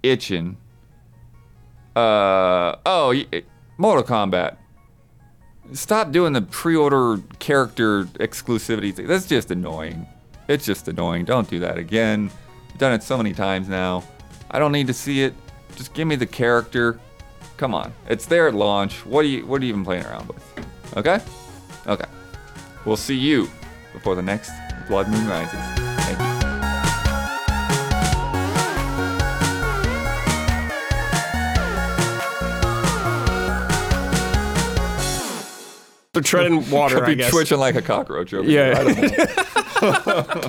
B: itching. Uh oh, y- eh, Mortal Kombat. Stop doing the pre-order character exclusivity thing. That's just annoying. It's just annoying. Don't do that again. I've done it so many times now. I don't need to see it. Just give me the character. Come on. It's there at launch. What are you what are you even playing around with? Okay? Okay. We'll see you before the next Blood Moon Rises. Thank you.
E: They're treading water,
B: Could be
E: I guess.
B: twitching like a cockroach over
E: Yeah.
B: here. I don't know.